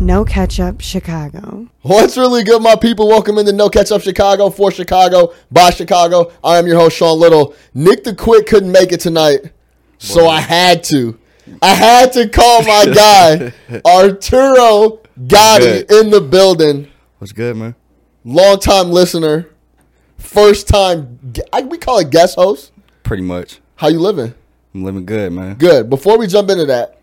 No Ketchup Chicago. What's really good, my people? Welcome into No Catch Up Chicago for Chicago by Chicago. I am your host Sean Little. Nick the Quick couldn't make it tonight, so I had to. I had to call my guy Arturo Gotti Good. in the building. What's good, man? Longtime listener, first time. gu- I, we call it guest host. Pretty much. How you living? I'm living good, man. Good. Before we jump into that,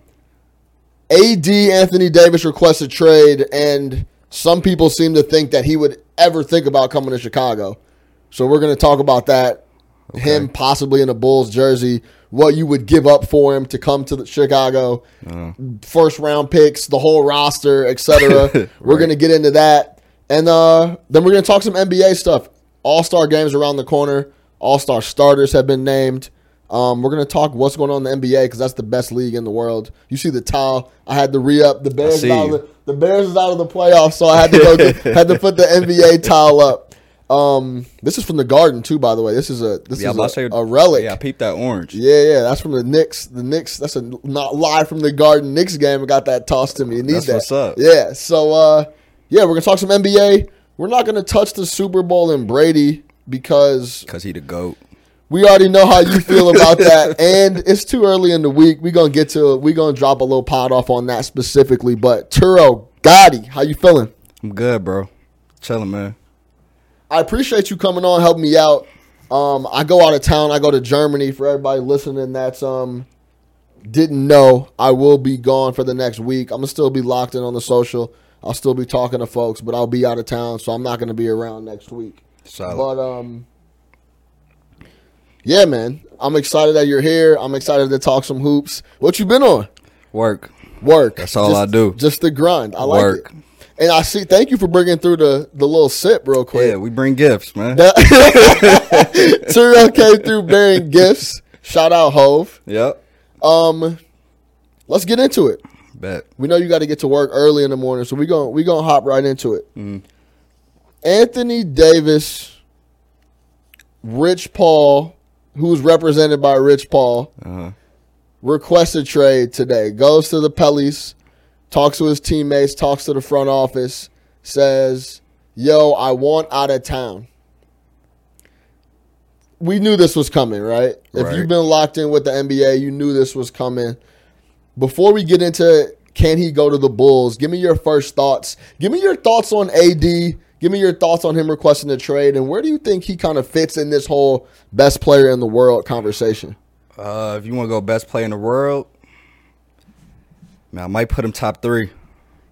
AD Anthony Davis requests a trade, and some people seem to think that he would ever think about coming to Chicago. So we're going to talk about that. Him possibly in a Bulls jersey, what you would give up for him to come to the Chicago, first round picks, the whole roster, etc. We're going to get into that, and uh, then we're going to talk some NBA stuff. All star games around the corner. All star starters have been named. Um, we're going to talk what's going on in the NBA because that's the best league in the world. You see the towel. I had to re up the Bears. see is out of you. the, the Bears is out of the playoffs, so I had to go get, had to put the NBA towel up. Um, this is from the Garden too, by the way. This is a this Yeah, I'm about is to a, say- a relic. Yeah, I peeped that orange. Yeah, yeah, that's from the Knicks. The Knicks. That's a not live from the Garden Knicks game. I got that tossed to me. You need That's that. what's up. Yeah. So, uh, yeah, we're gonna talk some NBA. We're not gonna touch the Super Bowl and Brady because Cause he the goat. we already know how you feel about that, and it's too early in the week. We're gonna get to. We're gonna drop a little pot off on that specifically. But Turo Gotti, how you feeling? I'm good, bro. Chilling, man. I appreciate you coming on, helping me out. Um, I go out of town. I go to Germany for everybody listening. That's um, didn't know I will be gone for the next week. I'm gonna still be locked in on the social. I'll still be talking to folks, but I'll be out of town, so I'm not gonna be around next week. Solid. But um, yeah, man, I'm excited that you're here. I'm excited to talk some hoops. What you been on? Work. Work. That's all Just- I do. Just the grind. I Work. like it. And I see. Thank you for bringing through the the little sip real quick. Yeah, we bring gifts, man. Terrell came through bearing gifts. Shout out Hove. yep. Um, let's get into it. Bet. We know you got to get to work early in the morning, so we going we gonna hop right into it. Anthony Davis, Rich Paul, who's represented by Rich Paul, Uh-huh. requests a trade today. Goes to the Pellies, talks to his teammates, talks to the front office, says, "Yo, I want out of town." We knew this was coming, right? If Right. you've been locked in with the NBA, you knew this was coming. Before we get into can he go to the Bulls, give me your first thoughts. Give me your thoughts on AD. Give me your thoughts on him requesting a trade, and where do you think he kind of fits in this whole best player in the world conversation? Uh, if you want to go best player in the world, man, I might put him top three.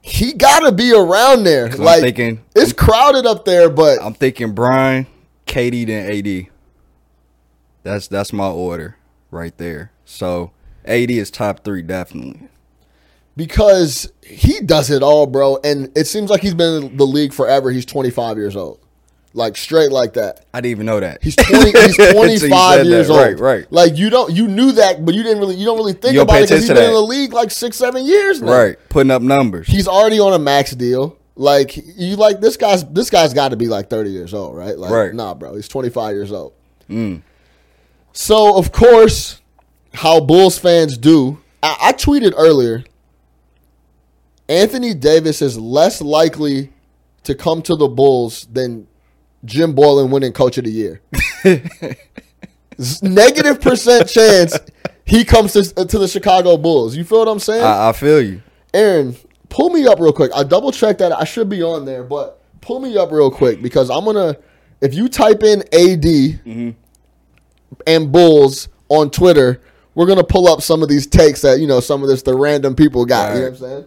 he gotta be around there. I'm Like thinking- it's crowded up there, but I'm thinking Brian, Katie, then AD. That's that's my order right there. So AD is top three definitely. because he does it all, bro, and it seems like he's been in the league forever. He's 25 years old, like straight like that. I didn't even know that. He's 20, he's Until you 25 said years that. old. Right, right. Like you don't you knew that, but you didn't really you don't really think You don't about pay it because he's been attention to in that. the league like six seven years now. Right. Putting up numbers. He's already on a max deal. Like you like this guy's this guy's got to be like 30 years old, right? Like Right. nah, bro, he's 25 years old. So of course, how Bulls fans do. I, I tweeted earlier. Anthony Davis is less likely to come to the Bulls than Jim Boylan winning Coach of the Year. Z- Negative percent chance he comes to, to the Chicago Bulls. You feel what I'm saying? I, I feel you. Aaron, pull me up real quick. I double checked that I should be on there, but pull me up real quick because I'm gonna. If you type in AD and Bulls on Twitter, we're gonna pull up some of these takes that you know some of this the random people got. You know what I'm saying?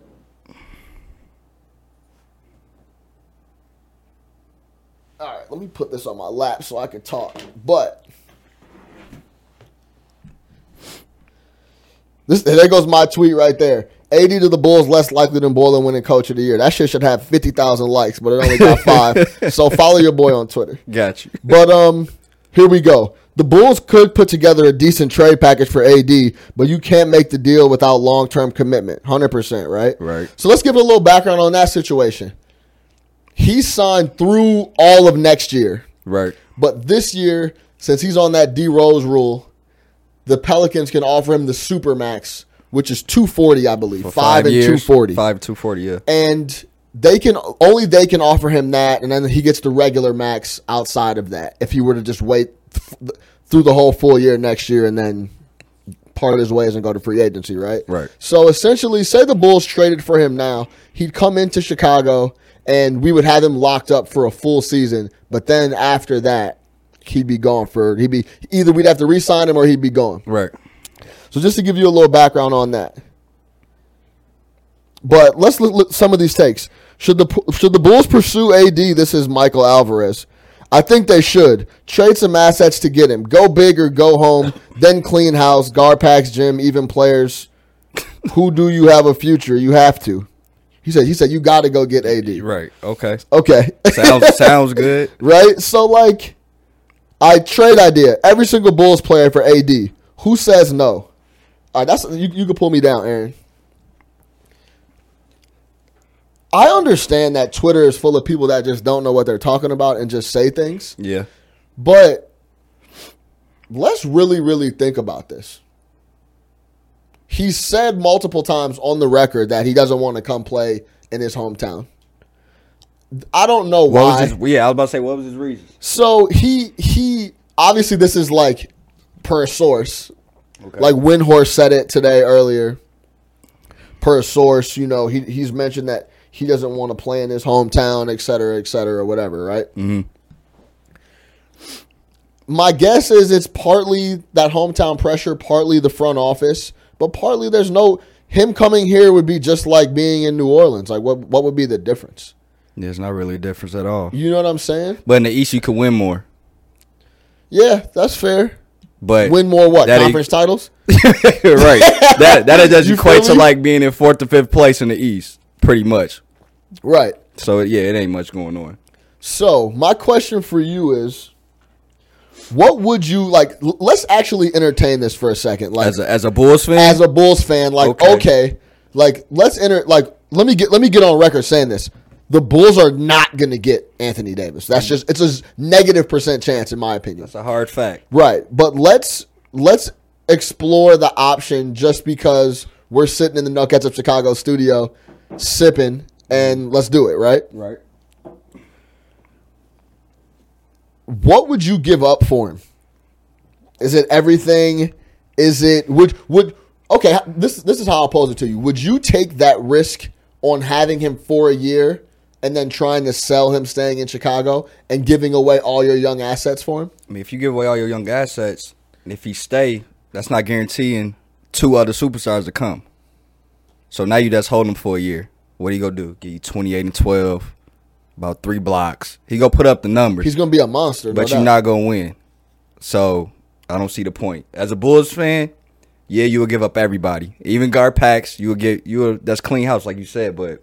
All right, let me put this on my lap so I can talk. But This there goes my tweet right there. AD to the Bulls less likely than Boylan winning coach of the year. That shit should have fifty thousand likes, but it only got five. so follow your boy on Twitter. Got you. But um, here we go. The Bulls could put together a decent trade package for AD, but you can't make the deal without long term commitment. Hundred percent, right? Right. So let's give it a little background on that situation. He signed through all of next year. Right. But this year, since he's on that D Rose rule, the Pelicans can offer him the supermax, which is 240, I believe. For 5, and years, 240. Five two forty. Yeah. And they can only they can offer him that and then he gets the regular max outside of that if he were to just wait th- through the whole full year next year and then part his ways and go to free agency, right? Right. So essentially, say the Bulls traded for him now, he'd come into Chicago and we would have him locked up for a full season. But then after that, he'd be gone for he'd be either we'd have to re-sign him or he'd be gone. Right. So just to give you a little background on that. But let's look, look some of these takes. Should the should the Bulls pursue AD? This is Michael Alvarez. I think they should trade some assets to get him. Go big or go home. Then clean house, guard packs, gym, even players. Who do you have a future? You have to. He said. He said you got to go get AD. Right. Okay. Okay. Sounds sounds good. right? So like, I trade idea. Every single Bulls player for AD. Who says no? All right, that's you. You can pull me down, Aaron. I understand that Twitter is full of people that just don't know what they're talking about and just say things, Yeah. but let's really, really think about this. He said multiple times on the record that he doesn't want to come play in his hometown. I don't know What why. was his, yeah, I was about to say what was his reasons. So he he obviously this is like per source. Okay. Like Windhorse said it today earlier. Per source, you know, he he's mentioned that he doesn't want to play in his hometown, et cetera, et cetera, whatever, right? Mhm. My guess is it's partly that hometown pressure, partly the front office, but partly there's no him coming here would be just like being in New Orleans. Like what what would be the difference? there's not really a difference at all. You know what I'm saying? But in the East, you could win more. Yeah, that's fair. But Win more what? That ain't- Conference titles? right. That that does You equate feel to me? like being in fourth to fifth place in the East, pretty much. Right. So yeah, it ain't much going on. So my question for you is, what would you like? l- Let's actually entertain this for a second. Like As a as a Bulls fan, as a Bulls fan, like okay. Okay. like let's enter. Like let me get let me get on record saying this: the Bulls are not going to get Anthony Davis. That's just it's a negative percent chance in my opinion. it's a hard fact. Right, but let's let's explore the option just because we're sitting in the Nuggets of Chicago studio, sipping, and let's do it. Right. Right. what would you give up for him? Is it everything? Is it would would okay? h- This this is how I'll pose it to you. Would you take that risk on having him for a year and then trying to sell him staying in Chicago and giving away all your young assets for him? I mean, if you give away all your young assets, and if he stay, that's not guaranteeing two other superstars to come. So now you just hold him for a year. What he gonna do? Give you twenty eight and twelve, about three blocks. He gonna put up the numbers. He's gonna be a monster. but you're not gonna win. So I don't see the point. As a Bulls fan, yeah, you will give up everybody, even guard packs. You will get you. Will, that's clean house, like you said. But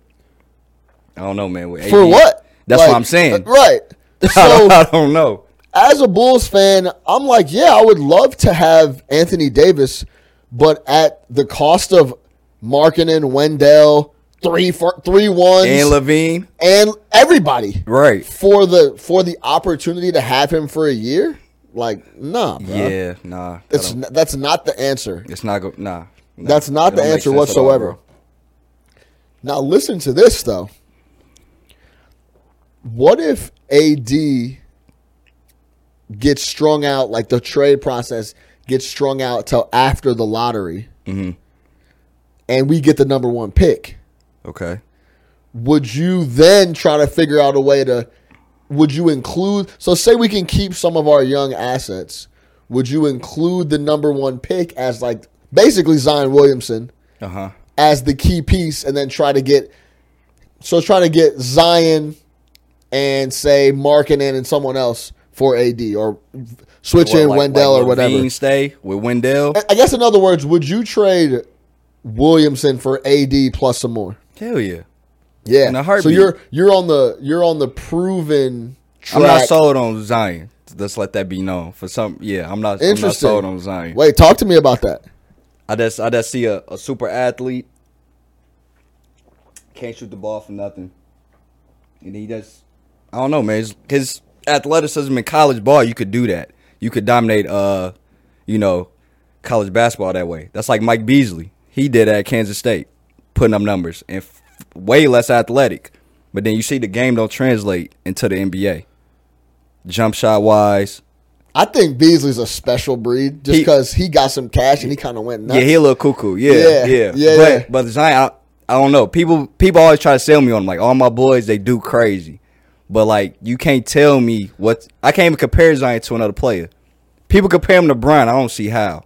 I don't know, man. With for AD what? That's Like, what I'm saying. uh, Right. I So don't know. as a Bulls fan, I'm like, yeah, I would love to have Anthony Davis, but at the cost of Markkinen, Wendell, three fir- three ones, And Levine, and everybody right? for the for the opportunity to have him for a year. Like, nah, bro. Yeah, nah. I It's don't- n- that's not the answer. It's not go. Nah, nah. That's not the It don't make answer sense at all, whatsoever. bro. now listen to this though. What if AD gets strung out like the trade process gets strung out till after the lottery, Mm-hmm. and we get the number one pick? Okay. would you then try to figure out a way to would you include so say we can keep some of our young assets would you include the number one pick as like basically zion williamson Uh huh. as the key piece and then try to get so try to get zion and say Markinen and someone else for ad or switch in wendell or whatever Eh. Levine stay with Wendell. i guess in other words would you trade williamson for ad plus some more Hell yeah. yeah. In a heartbeat. So you're you're on the you're on the proven track. I'm not sold on Zion. Let's let that be known. For some, yeah, I'm not. I'm not Interesting. sold on Zion. Wait, talk to me about that. I just, I just see a, a super athlete can't shoot the ball for nothing, and he just, I don't know, man. His, his athleticism in college ball, you could do that. You could dominate, uh, you know, college basketball that way. That's like Mike Beasley. he did at Kansas State, putting up numbers and f- way less athletic. But then you see the game don't translate into the NBA. Jump shot wise, I think Beasley's a special breed just He- because he, got some cash and he kind of went nuts. yeah, he a little cuckoo. Yeah, Yeah, yeah, yeah, But yeah. but Zion, I, I don't know. People people always try to sell me on him. Like all my boys, they do crazy. But like you can't tell me what I can't even compare Zion to another player. People compare him to Brian. I don't see how.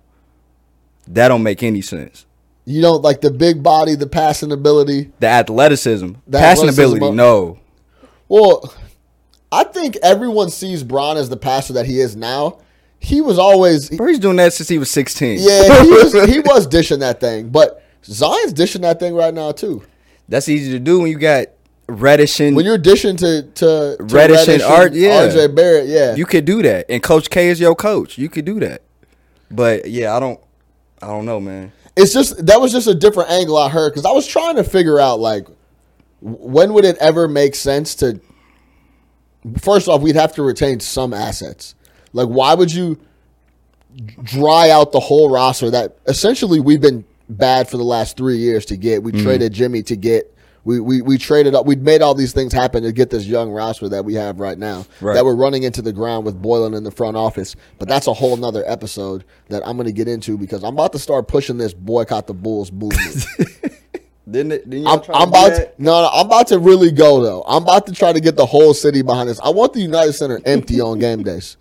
That don't make any sense. you don't like the big body, the passing ability. The athleticism, The passing athleticism ability, of- no. Well, I think everyone sees Bron as the passer that he is now. He was always Bro, he's doing that since he was sixteen. Yeah, he was, he was dishing that thing, but Zion's dishing that thing right now too. that's easy to do when you got Reddish and When you're dishing to to, to Reddish and Ar- yeah. RJ Barrett, yeah, You could do that, and Coach K is your coach. You could do that, but yeah, I don't, I don't know, man. it's just that was just a different angle I heard because I was trying to figure out like w- when would it ever make sense to. First off, we'd have to retain some assets. Like, why would you dry out the whole roster that essentially we've been bad for the last three years to get. We traded Jimmy to get. We, we, we traded up. We'd made all these things happen to get this young roster that we have right now Right. that we're running into the ground with Boylan in the front office. But that's a whole nother episode that I'm going to get into because I'm about to start pushing this boycott the Bulls movement. Didn't it? Didn't I'm, I'm about to, no, no, I'm about to really go though. I'm about to try to get the whole city behind this. I want the United Center empty on game days.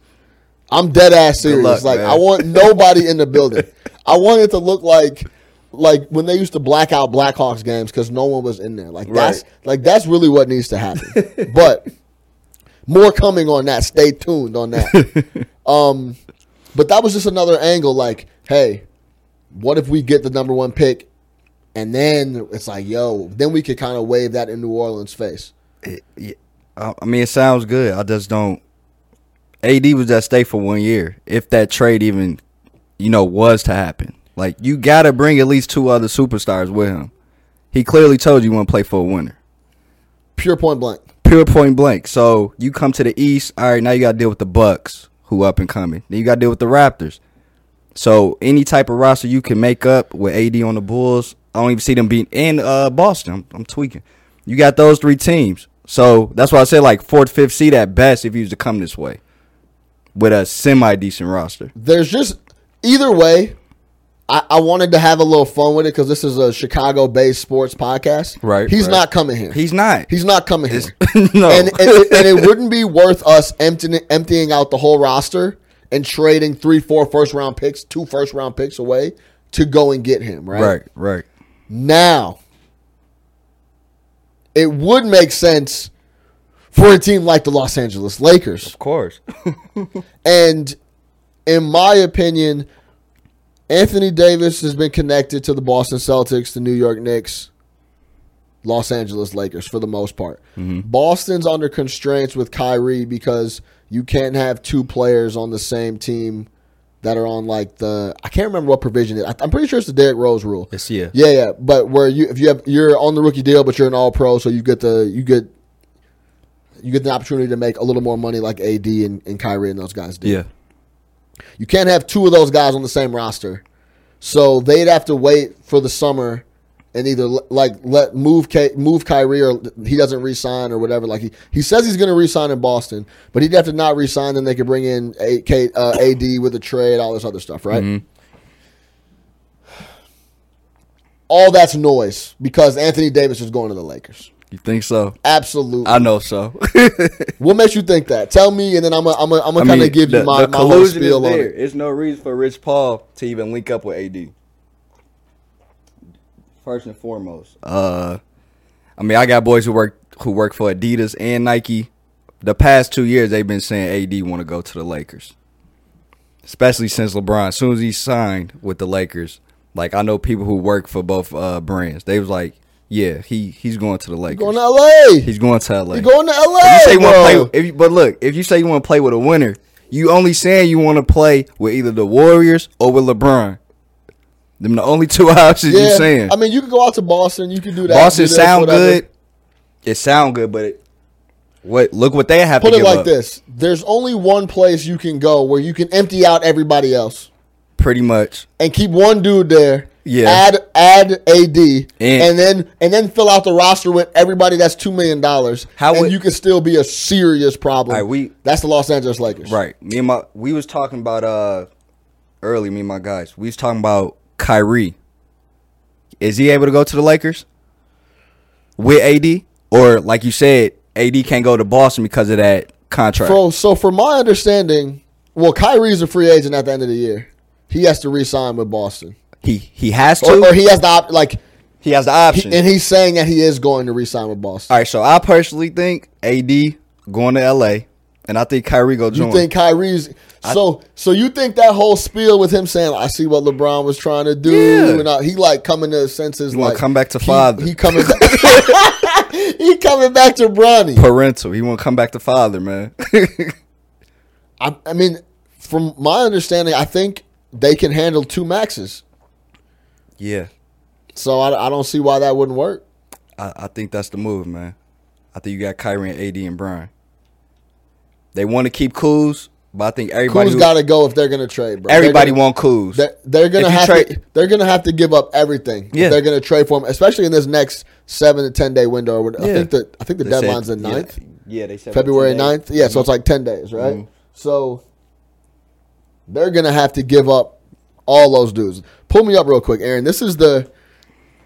I'm dead ass serious. luck, like man. I want nobody in the building. I want it to look like like when they used to black out Blackhawks games because no one was in there. Like that's Right. like that's really what needs to happen. but more coming on that. Stay tuned on that. um, but that was just another angle. Like, hey, what if we get the number one pick, and then it's like, yo, then we could kind of wave that in New Orleans' face. I I mean, it sounds good. I just don't. AD was at stake for one year. If that trade even, you know, was to happen, like you got to bring at least two other superstars with him. He clearly told you he want to play for a winner. Pure point blank. pure point blank. So you come to the East. All right, now you got to deal with the Bucks, who up and coming. Then you got to deal with the Raptors. So any type of roster you can make up with AD on the Bulls, I don't even see them being in uh, Boston. I'm, I'm tweaking. You got those three teams. So that's why I said like fourth, fifth seed at best if you was to come this way with a semi decent roster. There's just either way. I, I wanted to have a little fun with it because this is a Chicago-based sports podcast. Right, He's right. not coming here. He's not. He's not coming here. no. and, and, it, and it wouldn't be worth us emptying, emptying out the whole roster and trading three, four first round picks, two first round picks away to go and get him, right? right, right. Now, it would make sense for a team like the Los Angeles Lakers. Of course. And in my opinion, Anthony Davis has been connected to the Boston Celtics, the New York Knicks, Los Angeles Lakers for the most part. Boston's under constraints with Kyrie because you can't have two players on the same team that are on like the I can't remember what provision it. I, I'm pretty sure it's the Derrick Rose rule. It's yeah. Yeah, yeah, but where you if you have you're on the rookie deal, but you're an All Pro, so you get the you get you get the opportunity to make a little more money, like AD and, and Kyrie and those guys do. Yeah. You can't have two of those guys on the same roster, so they'd have to wait for the summer and either l- like let move K, move Kyrie or he doesn't resign or whatever. Like he, he says he's going to resign in Boston, but he'd have to not resign. Then they could bring in a, K, uh, AD with a trade, all this other stuff, right? Mm-hmm. All that's noise because Anthony Davis is going to the Lakers. You think so? Absolutely. I know so. what makes you think that? Tell me, and then I'm gonna I'm gonna, I'm gonna kind of give you my, my whole collusion spiel is on there. it. It's no reason for Rich Paul to even link up with AD. First and foremost, uh, I mean, I got boys who work who work for Adidas and Nike. The past two years, they've been saying AD want to go to the Lakers, especially since LeBron. As soon as he signed with the Lakers, like I know people who work for both uh, brands, they was like, "Yeah, he he's going to the Lakers. Going to LA. he's going to LA. You going to LA? If you say you want bro. to play, if you, but look, if you say you want to play with a winner, you only saying you want to play with either the Warriors or with LeBron. Them the only two options you Yeah. saying. I mean, you can go out to Boston. You can do that. Boston do this, sound whatever. good. It sound good, but it, what? Look what they have Put to it give like up. this: There's only one place you can go where you can empty out everybody else Pretty much, and keep one dude there Yeah. Add add AD And- and then and then fill out the roster with everybody that's two million dollars. How and would- you can still be a serious problem. All right, we- that's the Los Angeles Lakers. Right. Me and my we was talking about uh early, me and my guys. We was talking about Kyrie. Is he able to go to the Lakers with AD? Or like you said, AD can't go to Boston because of that contract. Bro, so from my understanding, well, Kyrie's a free agent at the end of the year. He has to re-sign with Boston, he he has to. or, or he has the op- like, he has the he- option. and he's saying that he is going to re-sign with Boston. All right, so I personally think AD going to LA, and I think Kyrie go join. You think Kyrie's so so you think that whole spiel with him saying I see what LeBron was trying to do Yeah. and all, he like coming to his senses wanna like come back to he- father. He coming back He coming back to Bronny. parental? He won't come back to father, man. I, I mean from my understanding I think they can handle two maxes. yeah, So I, I don't see why that wouldn't work. I, I think that's the move, man. I think you got Kyrie and AD and Brian. They want to keep Kuz, but I think everybody Who's who- got to go if they're going to trade, bro? They're everybody gonna- want Kuz. They're, they're gonna If you have to, trade- they're gonna have to give up everything. if Yeah. they're gonna trade for him, especially in this next seven to ten day window. Or what, I Yeah. think the I think the They said- deadline's the yeah, 9th. Yeah, they said February today. 9th. Yeah, so it's like 10 days, right? Mhm. So they're going to have to give up all those dudes. Pull me up real quick, Aaron. This is the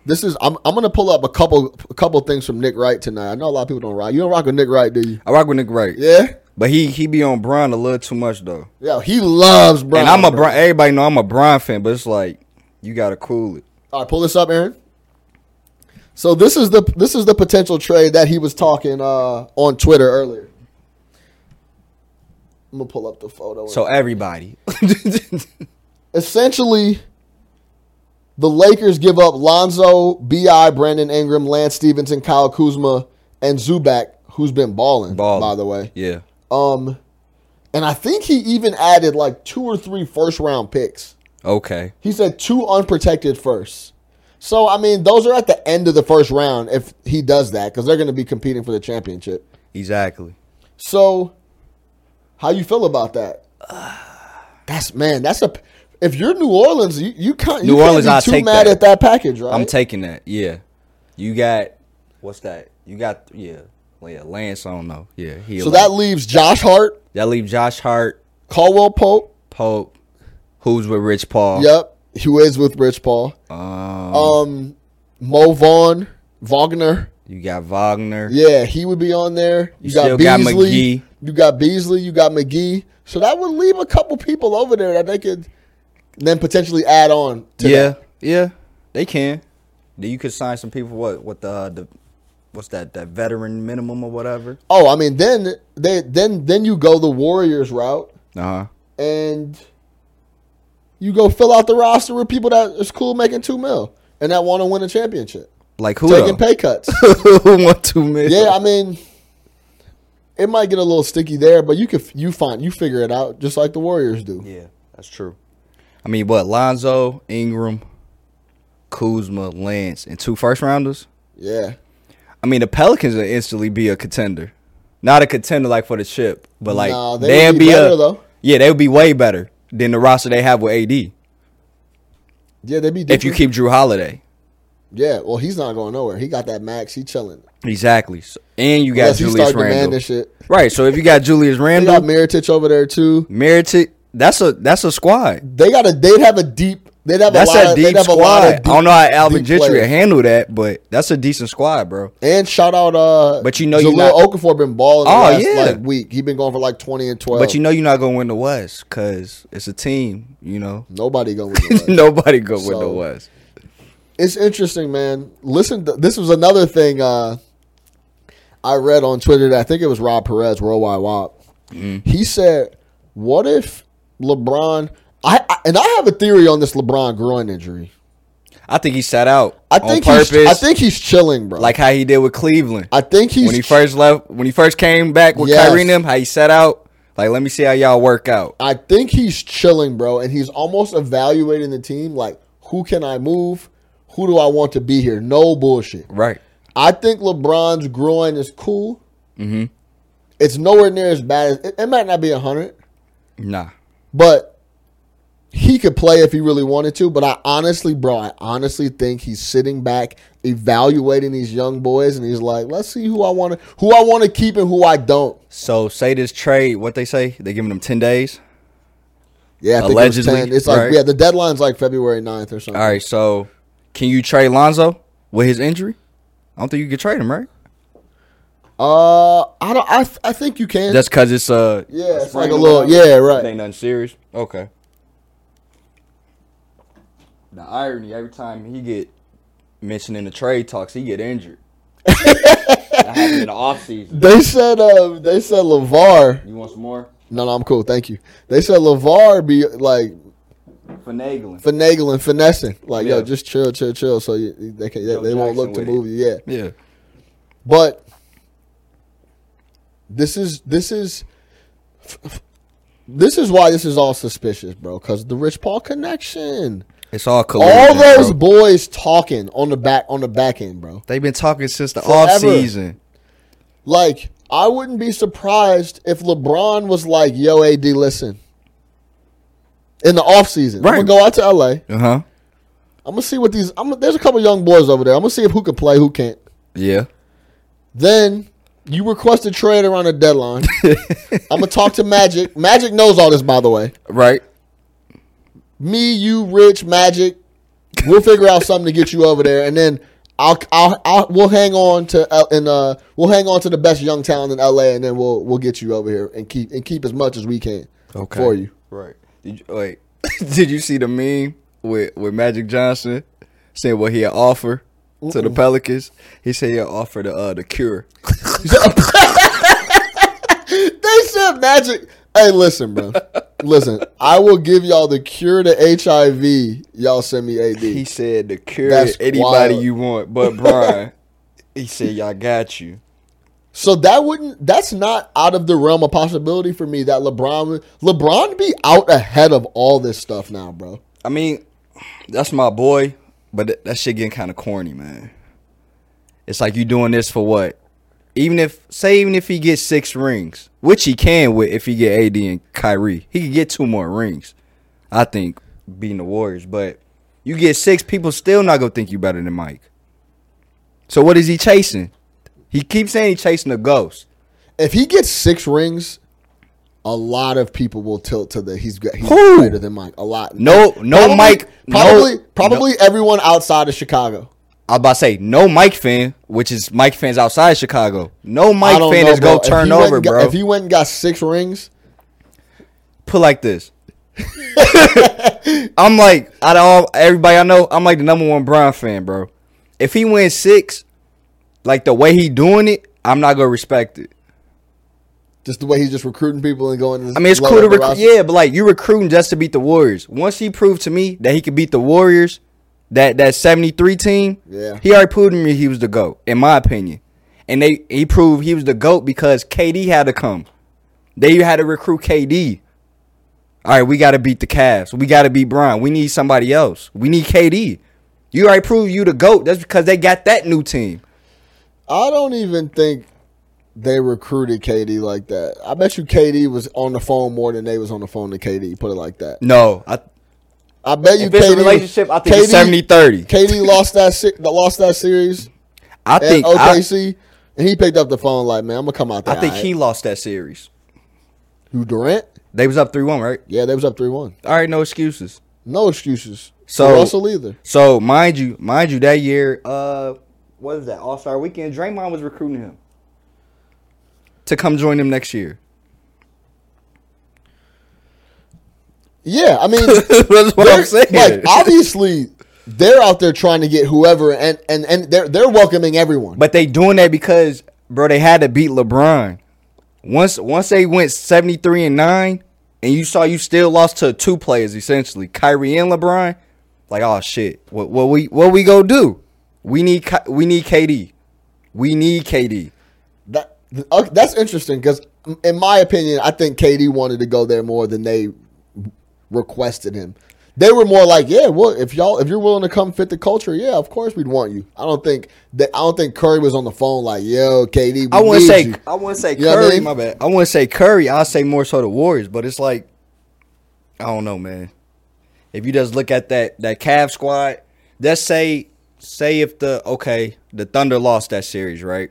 this is I'm, I'm going to pull up a couple a couple things from Nick Wright tonight. I know a lot of people don't rock. You don't rock with Nick Wright, do you? I rock with Nick Wright, Yeah. but he he be on Brian a little too much though. Yeah, he loves Brian. and I'm a Brian. Everybody know I'm a Brian fan, but it's like you gotta cool it. All right, pull this up, Aaron. So this is the this is the potential trade that he was talking uh, on Twitter earlier. I'm gonna pull up the photo. So everybody, essentially the Lakers give up Lonzo, B.I., Brandon Ingram, Lance Stevenson, Kyle Kuzma, and Zubac, who's been balling, Ballin'. by the way. yeah. Um, and I think he even added like two or three first round picks. Okay. He said two unprotected firsts. So I mean, those are at the end of the first round if he does that because they're going to be competing for the championship. Exactly. So, how you feel about that? That's man. That's a. If you're New Orleans, you, you can't. You New can't Orleans, be I'll too take mad that. at that package, right? I'm taking that. Yeah. You got what's that? You got yeah. Well, yeah, Lance. I don't know. Yeah. He so that leaves Josh Hart, that leave Josh Hart, Caldwell Pope. Pope, who's with Rich Paul. Yep, who is with Rich Paul? Um, Um, Mo Vaughn, Wagner. you got Wagner. Yeah, he would be on there. You, You got still Beasley. got McGee. You got Beasley. You got McGee. So that would leave a couple people over there that they could then potentially add on. to yeah. that. Yeah. They can. Then you could sign some people. What? What the uh, the. What's that? That veteran minimum or whatever. Oh, I mean, then they then then you go the Warriors route Uh huh. and you go fill out the roster with people that is cool making two mil and that want to win a championship, Like who? taking though? pay cuts. Who want two million? yeah, I mean, it might get a little sticky there, but you can you find you figure it out just like the Warriors do. Yeah, that's true. I mean, what Lonzo, Ingram, Kuzma, Lance, and two first rounders. Yeah, I mean, the Pelicans will instantly be a contender. Not a contender like for the chip, but like No, they they would would be be, better, a, though. Yeah, they would be way better than the roster they have with AD. yeah, they be If you different. keep Drew Holiday, yeah, well, he's not going nowhere. He got that max. He chilling. exactly. So- and you got Unless he Julius start demanding Randle, shit. right? So if you got Julius They got Randle, Miritich over there too. Meritic, that's a that's a squad. They got a. They'd have a deep. They'd have That's a lot. a of, they'd deep have squad. A lot of I don't know how Alvin deep Gentry players. will handle that, but that's a decent squad, bro. And shout out, uh, But you know Jahlil you not- Okafor been balling the Oh, last yeah. like week. He been going for like twenty and twelve. But you know you're not gonna win the West because it's a team. You know, nobody gonna win. the West. nobody gonna win the So- West. It's interesting, man. Listen, to, this was another thing uh, I read on Twitter. That I think it was Rob Perez, Worldwide Wop. Mm-hmm. He said, "What if LeBron?" I, I and I have a theory on this LeBron groin injury. I think he sat out. I think on he's, purpose, I think he's chilling, bro. like how he did with Cleveland I think he's when he first left. When he first came back with Yes. Kyrie and him, how he sat out. Like, let me see how y'all work out. I think he's chilling, bro, and he's almost evaluating the team like who can I move? Who do I want to be here? No bullshit. Right. I think LeBron's groin is cool. Mm-hmm. It's nowhere near as bad as it, it might not be hundred, Nah. but he could play if he really wanted to, but I honestly, bro, I honestly think he's sitting back evaluating these young boys, and he's like, let's see who I want to who I want to keep and who I don't. So say this trade, what they say, they giving them ten days. Yeah, I think it was Allegedly, 10. It's like right. yeah, the deadline's like February 9th or something. All right, so can you trade Lonzo with his injury? I don't think you can trade him, right? Uh, I don't. I, I think you can. That's because it's uh yeah, it's like sprained a or little. whatever. Yeah, It right. ain't nothing serious. Okay. The irony, every time he get mentioned in the trade talks, he get injured. that happened in the offseason. They said. Uh, they said Levar. You want some more? No, no, I'm cool. Thank you. They said Levar be like Finagling. finagling, finessing. Like yo, Yeah. just chill, chill, chill. So you, they can they, Joe they won't look to Jackson with move you. Yeah. Yeah. But this is this is this is why this is all suspicious, bro. Because the Rich Paul connection, It's all collusion. all those bro. boys talking on the back on the back end, bro. They've been talking since the Forever. offseason. Like I wouldn't be surprised if LeBron was like, "Yo, AD, listen." In the offseason, I'm gonna Right. go out to LA. Uh huh. I'm gonna see what these. I'm there's a couple young boys over there. I'm gonna see if who can play, who can't. Yeah. Then you request a trade around a deadline. I'm gonna talk to Magic. Magic knows all this, by the way. Right. Me, you, Rich, Magic. We'll figure out something to get you over there, and then I'll, I'll, I'll we'll hang on to L- and uh we'll hang on to the best young talent in LA, and then we'll we'll get you over here and keep and keep as much as we can Okay. for you. Right. Did you, wait. Did you see the meme with with Magic Johnson saying what he had offered to the Pelicans? He said he had offered the uh, the cure. They said Magic. Hey, listen, bro. listen, I will give y'all the cure to HIV. Y'all send me AD. He said the cure That's is anybody wild. you want, but Brian. he said y'all got you. So that wouldn't that's not out of the realm of possibility for me that LeBron would- LeBron be out ahead of all this stuff now, bro. I mean, that's my boy, but that, that shit getting kind of corny, man. It's like you doing this for what? Even if say even if he gets six rings, which he can with if he get AD and Kyrie, he could get two more rings. I think beating the Warriors, but you get six, people still not gonna think you better than Mike. So what is he chasing? He keeps saying he's chasing a ghost. If he gets six rings, a lot of people will tilt to the he's got he's Who? greater than Mike. A lot. No- no probably, Mike- no- Probably no. probably everyone outside of Chicago. I was about to say no Mike fan, which is Mike fans outside Chicago. No I Mike don't fan know, is bro. go If he turn went over, and got- bro. If he went and got six rings, put like this. I'm like out of all everybody I know, I'm like the number one Brian fan, bro. If he wins six, like the way he doing it, I'm not gonna respect it. just the way he's just recruiting people and going. I mean, it's cool to recruit, yeah, but like you recruiting just to beat the Warriors. Once he proved to me that he could beat the Warriors, that that 73 team, Yeah. he already proved to me he was the goat, in my opinion. And they he proved he was the goat because KD had to come. They had to recruit KD. All right, we got to beat the Cavs. We got to beat Brian. We need somebody else. We need KD. You already proved you the goat. That's because they got that new team. I don't even think they recruited KD like that. I bet you KD was on the phone more than they was on the phone to KD. Put it like that. No, I, I bet you if it's KD a relationship, I think it's 70 30. KD lost that si- lost that series I at think I, OKC, and he picked up the phone like, "Man, I'm gonna come out there." I think he alright." lost that series. who Durant. They was up three one, right? Yeah, they was up three one. All right, no excuses. No excuses. So- Russell either. So mind you, mind you, that year, uh, what is that All Star Weekend? Draymond was recruiting him to come join him next year. Yeah, I mean, That's what I'm they're- saying. like obviously they're out there trying to get whoever, and and and they're they're welcoming everyone. but they doing that because, bro, they had to beat LeBron. Once once they went seventy three and nine, and you saw you still lost to two players essentially, Kyrie and LeBron. Like, oh shit, what what we what we gonna do? We need Ky- we need KD, we need KD. That th- uh, that's interesting because, in my opinion, I think KD wanted to go there more than they requested him. They were more like, "Yeah, well, if y'all if you're willing to come fit the culture, yeah, of course we'd want you." I don't think that I don't think Curry was on the phone like, "Yo, KD, we I wouldn't need say you." I wouldn't say You know what I Curry. mean? My bad. I wouldn't say Curry. I'd say more so the Warriors. But it's like I don't know, man. if you just look at that that Cavs squad, let's say say if the okay the Thunder lost that series, right?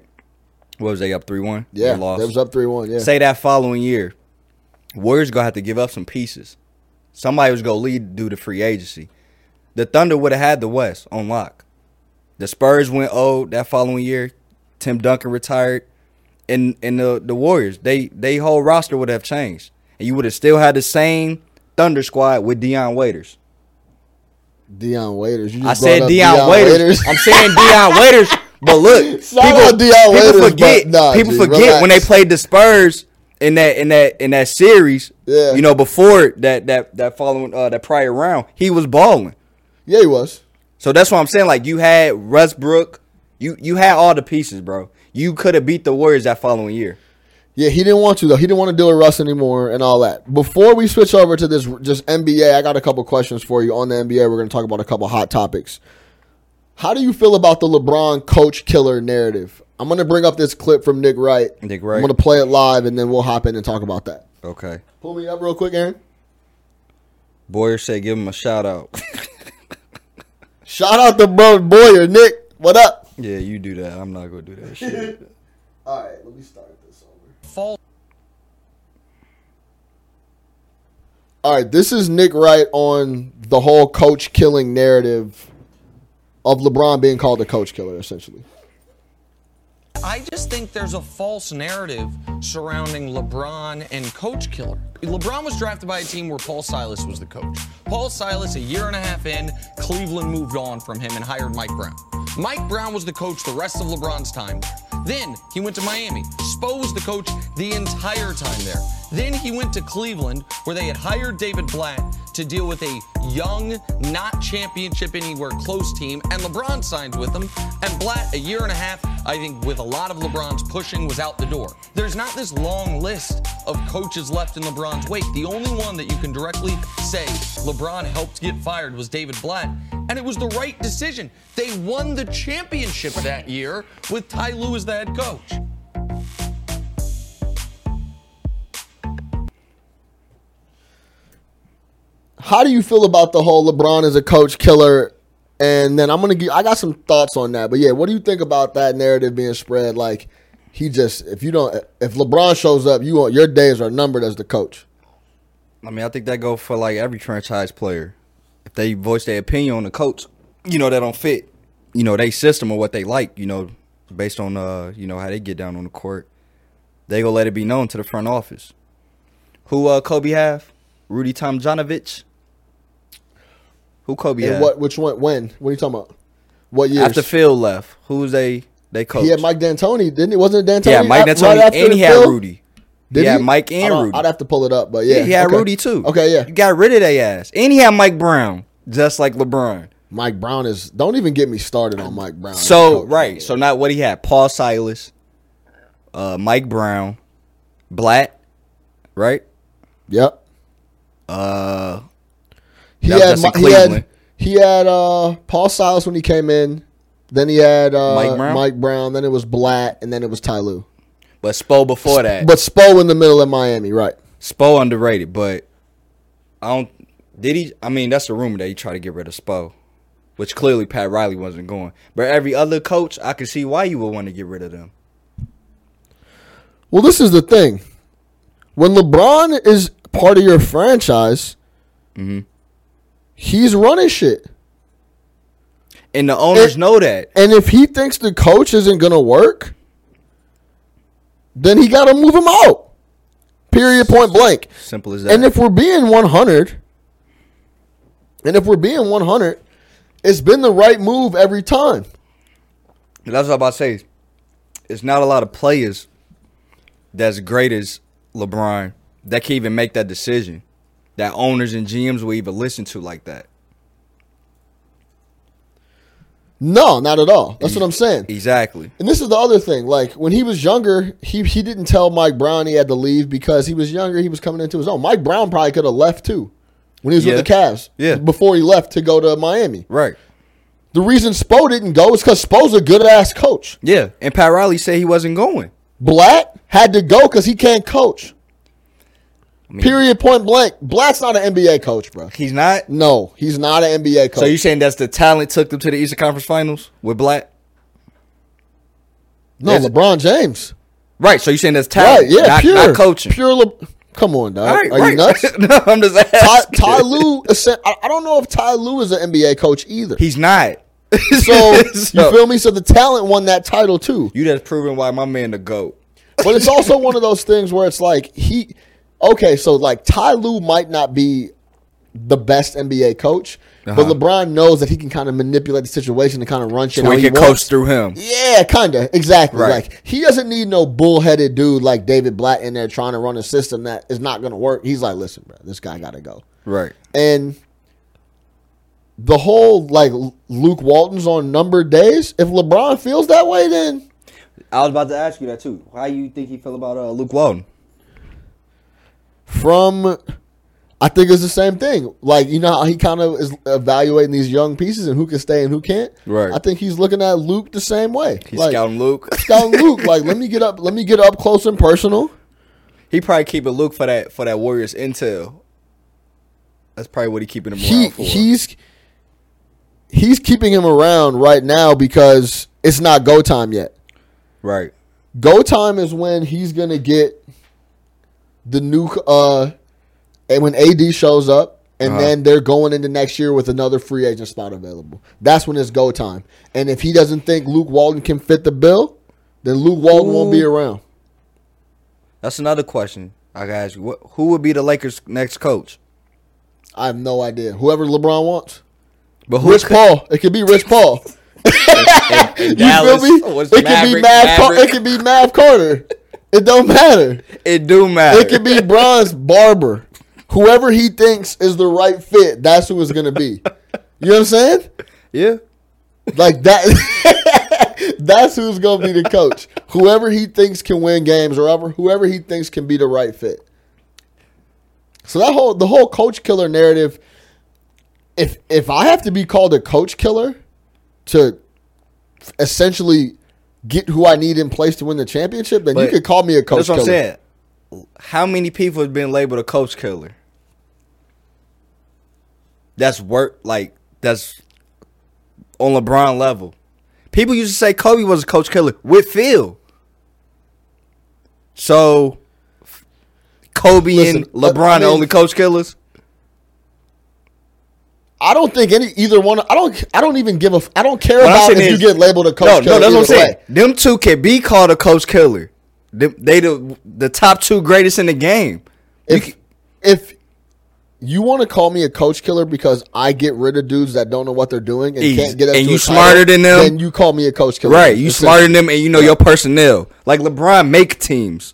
What was they up three one? Yeah, they lost. that was up three one. Yeah, Say that following year, Warriors gonna have to give up some pieces. Somebody was gonna lead due to free agency. The Thunder would have had the West on lock. The Spurs went old that following year. Tim Duncan retired, and and the the Warriors they they whole roster would have changed, and you would have still had the same Thunder squad with Deion Waiters. Deion Waiters. You I just said brought up Deion, Waiters. I'm saying Deion Waiters, but look, Shout out Deion people Waiters, but forget nah, people G, forget when they relax. played the Spurs in that in that in that series. Yeah. you know before that that that following uh, that prior round, he was balling. yeah, he was. So that's what I'm saying. Like you had Westbrook, you you had all the pieces, bro. You could have beat the Warriors that following year. Yeah, he didn't want to though. He didn't want to deal with Russ anymore and all that. Before we switch over to this just NBA, I got a couple questions for you on the NBA. We're going to talk about a couple hot topics. How do you feel about the LeBron coach killer narrative? I'm going to bring up this clip from Nick Wright. Nick Wright. I'm going to play it live and then we'll hop in and talk about that. Okay, Pull me up real quick, Aaron. Boyer said, give him a shout out. Shout out to bro Boyer, Nick. What up? yeah, you do that. I'm not gonna do that shit. All right, let me start this over. fault All right, this is Nick Wright on the whole coach killing narrative of LeBron being called a coach killer, essentially. I just think there's a false narrative surrounding LeBron and Coach Killer. LeBron was drafted by a team where Paul Silas was the coach. Paul Silas, a year and a half in, Cleveland moved on from him and hired Mike Brown. Mike Brown was the coach the rest of LeBron's time. Then he went to Miami. Spo was the coach the entire time there. Then he went to Cleveland, where they had hired David Blatt to deal with a young, not championship anywhere close team, and LeBron signs with them. And Blatt, a year and a half, I think, with a lot of LeBron's pushing, was out the door. There's not this long list of coaches left in LeBron's wake. The only one that you can directly say LeBron helped get fired was David Blatt, and it was the right decision. They won the championship that year with Ty Lue as the head coach. how do you feel about the whole LeBron is a coach killer? And then I'm gonna give I got some thoughts on that, but yeah, what do you think about that narrative being spread? Like he just if you don't if LeBron shows up, you your days are numbered as the coach. I mean, I think that go for like every franchise player. If they voice their opinion on the coach, you know, that don't fit, you know, they system or what they like, you know, based on uh, you know, how they get down on the court, they gonna let it be known to the front office. Who uh Kobe have? Rudy Tomjanovich? Who Kobe And have? what which one when? What are you talking about? What years? After Phil left, who's they they coach? he had Mike D'Antoni, didn't he? Wasn't it D'Antoni? yeah, Mike af- D'Antoni, right after and he had Phil? Rudy. Did he had Mike I and don't- Rudy. I'd have to pull it up, but yeah, he had okay. Rudy too. Okay, yeah. You got rid of their ass. And he had Mike Brown, just like LeBron. Mike Brown is. Don't even get me started on Mike Brown. as So coach. right, so not what he had: Paul Silas, uh, Mike Brown, Blatt, right? Yep. Uh, He That was had, just in Mi- he had Cleveland. he had uh, Paul Silas when he came in. Then he had uh, Mike Brown? Brown, Then it was Blatt, and then it was Ty Lue. but Spo before that, But Spo in the middle of Miami, right? Spo underrated. But I don't. Did he? I mean, that's a rumor that he tried to get rid of Spo, which clearly Pat Riley wasn't going. But every other coach, I could see why you would want to get rid of them. Well, this is the thing. When LeBron is part of your franchise, Mm-hmm. he's running shit. And the owners It- know that. And if he thinks the coach isn't gonna work, then he gotta move him out. Period. Point blank. Simple as that. And if we're being 100, and if we're being 100, it's been the right move every time. And that's what I'm about to say. It's not a lot of players that's great as LeBron that can even make that decision. That owners and GMs will even listen to like that. No, not at all. That's what I'm saying. Exactly. And this is the other thing. Like when he was younger, he he didn't tell Mike Brown he had to leave because he was younger. He was coming into his own. Mike Brown probably could have left too when he was Yeah. with the Cavs. Yeah. Before he left to go to Miami. Right. The reason Spo didn't go is because Spo's a good ass coach. Yeah. And Pat Riley said he wasn't going. Blatt had to go because he can't coach. mean, Period. Point blank. Black's not an NBA coach, bro. He's not. No, he's not an NBA coach. So you saying that's the talent took them to the Eastern Conference Finals with Black? no, is- LeBron James. Right. So you saying that's Right? talent? Yeah, not, pure not coaching. Pure. Le- Come on, dog. All right, Are right. you nuts? no, I'm just asking. Ty, Ty Lue, essen- I I don't know if Ty Lue is an NBA coach either. He's not. so, So- you feel me? So the talent won that title too. You just proving why my man the goat. But it's also one of those things where it's like he, okay, so like Ty Lue might not be the best NBA coach, but Uh-huh. LeBron knows that he can kind of manipulate the situation and kind of run shit. So how we he can wants. coach through him. Yeah, kinda. Exactly. Right. Like he doesn't need no bullheaded dude like David Blatt in there trying to run a system that is not gonna work. He's like, listen, bro, this guy gotta go. Right. And the whole like Luke Walton's on numbered days, if LeBron feels that way, then I was about to ask you that too. How you think he feel about uh, Luke Walton? from I think it's the same thing. Like, you know how he kind of is evaluating these young pieces and who can stay and who can't? Right. I think he's looking at Luke the same way. He's like, scouting Luke. scouting Luke. Like, let me get up let me get up close and personal. he probably keeping Luke for that for that Warriors intel. That's probably what he keeping him he around for. he's he's keeping him around right now because it's not go time yet. right. Go time is when he's gonna get the new uh and when AD shows up and Uh-huh. then they're going into next year with another free agent spot available. That's when it's go time. And if he doesn't think Luke Walton can fit the bill, then Luke Walton won't be around. That's another question I got to ask you. What, who would be the Lakers' next coach? I have no idea. Whoever LeBron wants. But who Rich Paul. It could be Rich Paul. in You Dallas? feel me? What's It could be Maverick, Mav. Car- Maverick? it could be Mav Carter. It don't matter. It do matter. It could be Bronze Barber. Whoever he thinks is the right fit, that's who it's gonna be. You know what I'm saying? yeah. Like that. that's who's gonna be the coach. Whoever he thinks can win games, or ever, whoever he thinks can be the right fit. So that whole the whole coach killer narrative. If if I have to be called a coach killer, to essentially get who I need in place to win the championship, then you But could call me a coach That's what killer. I'm saying. How many people have been labeled a coach killer? That's work like that's on LeBron level. People used to say Kobe was a coach killer with Phil. So f- Kobe Listen, and but, LeBron I the mean- only coach killers. I don't think any either one. I don't. I don't even give a. f- I don't care What I'm about saying if you is- get labeled a coach. no, killer no, that's what I'm either saying. way. Them two can be called a coach killer. Them, they the the top two greatest in the game. You If c- if you want to call me a coach killer because I get rid of dudes that don't know what they're doing and Easy. can't get us And to you a title, smarter than them? then you call me a coach killer. Right, you It's smarter than them, and you know your personnel. Like LeBron, make teams.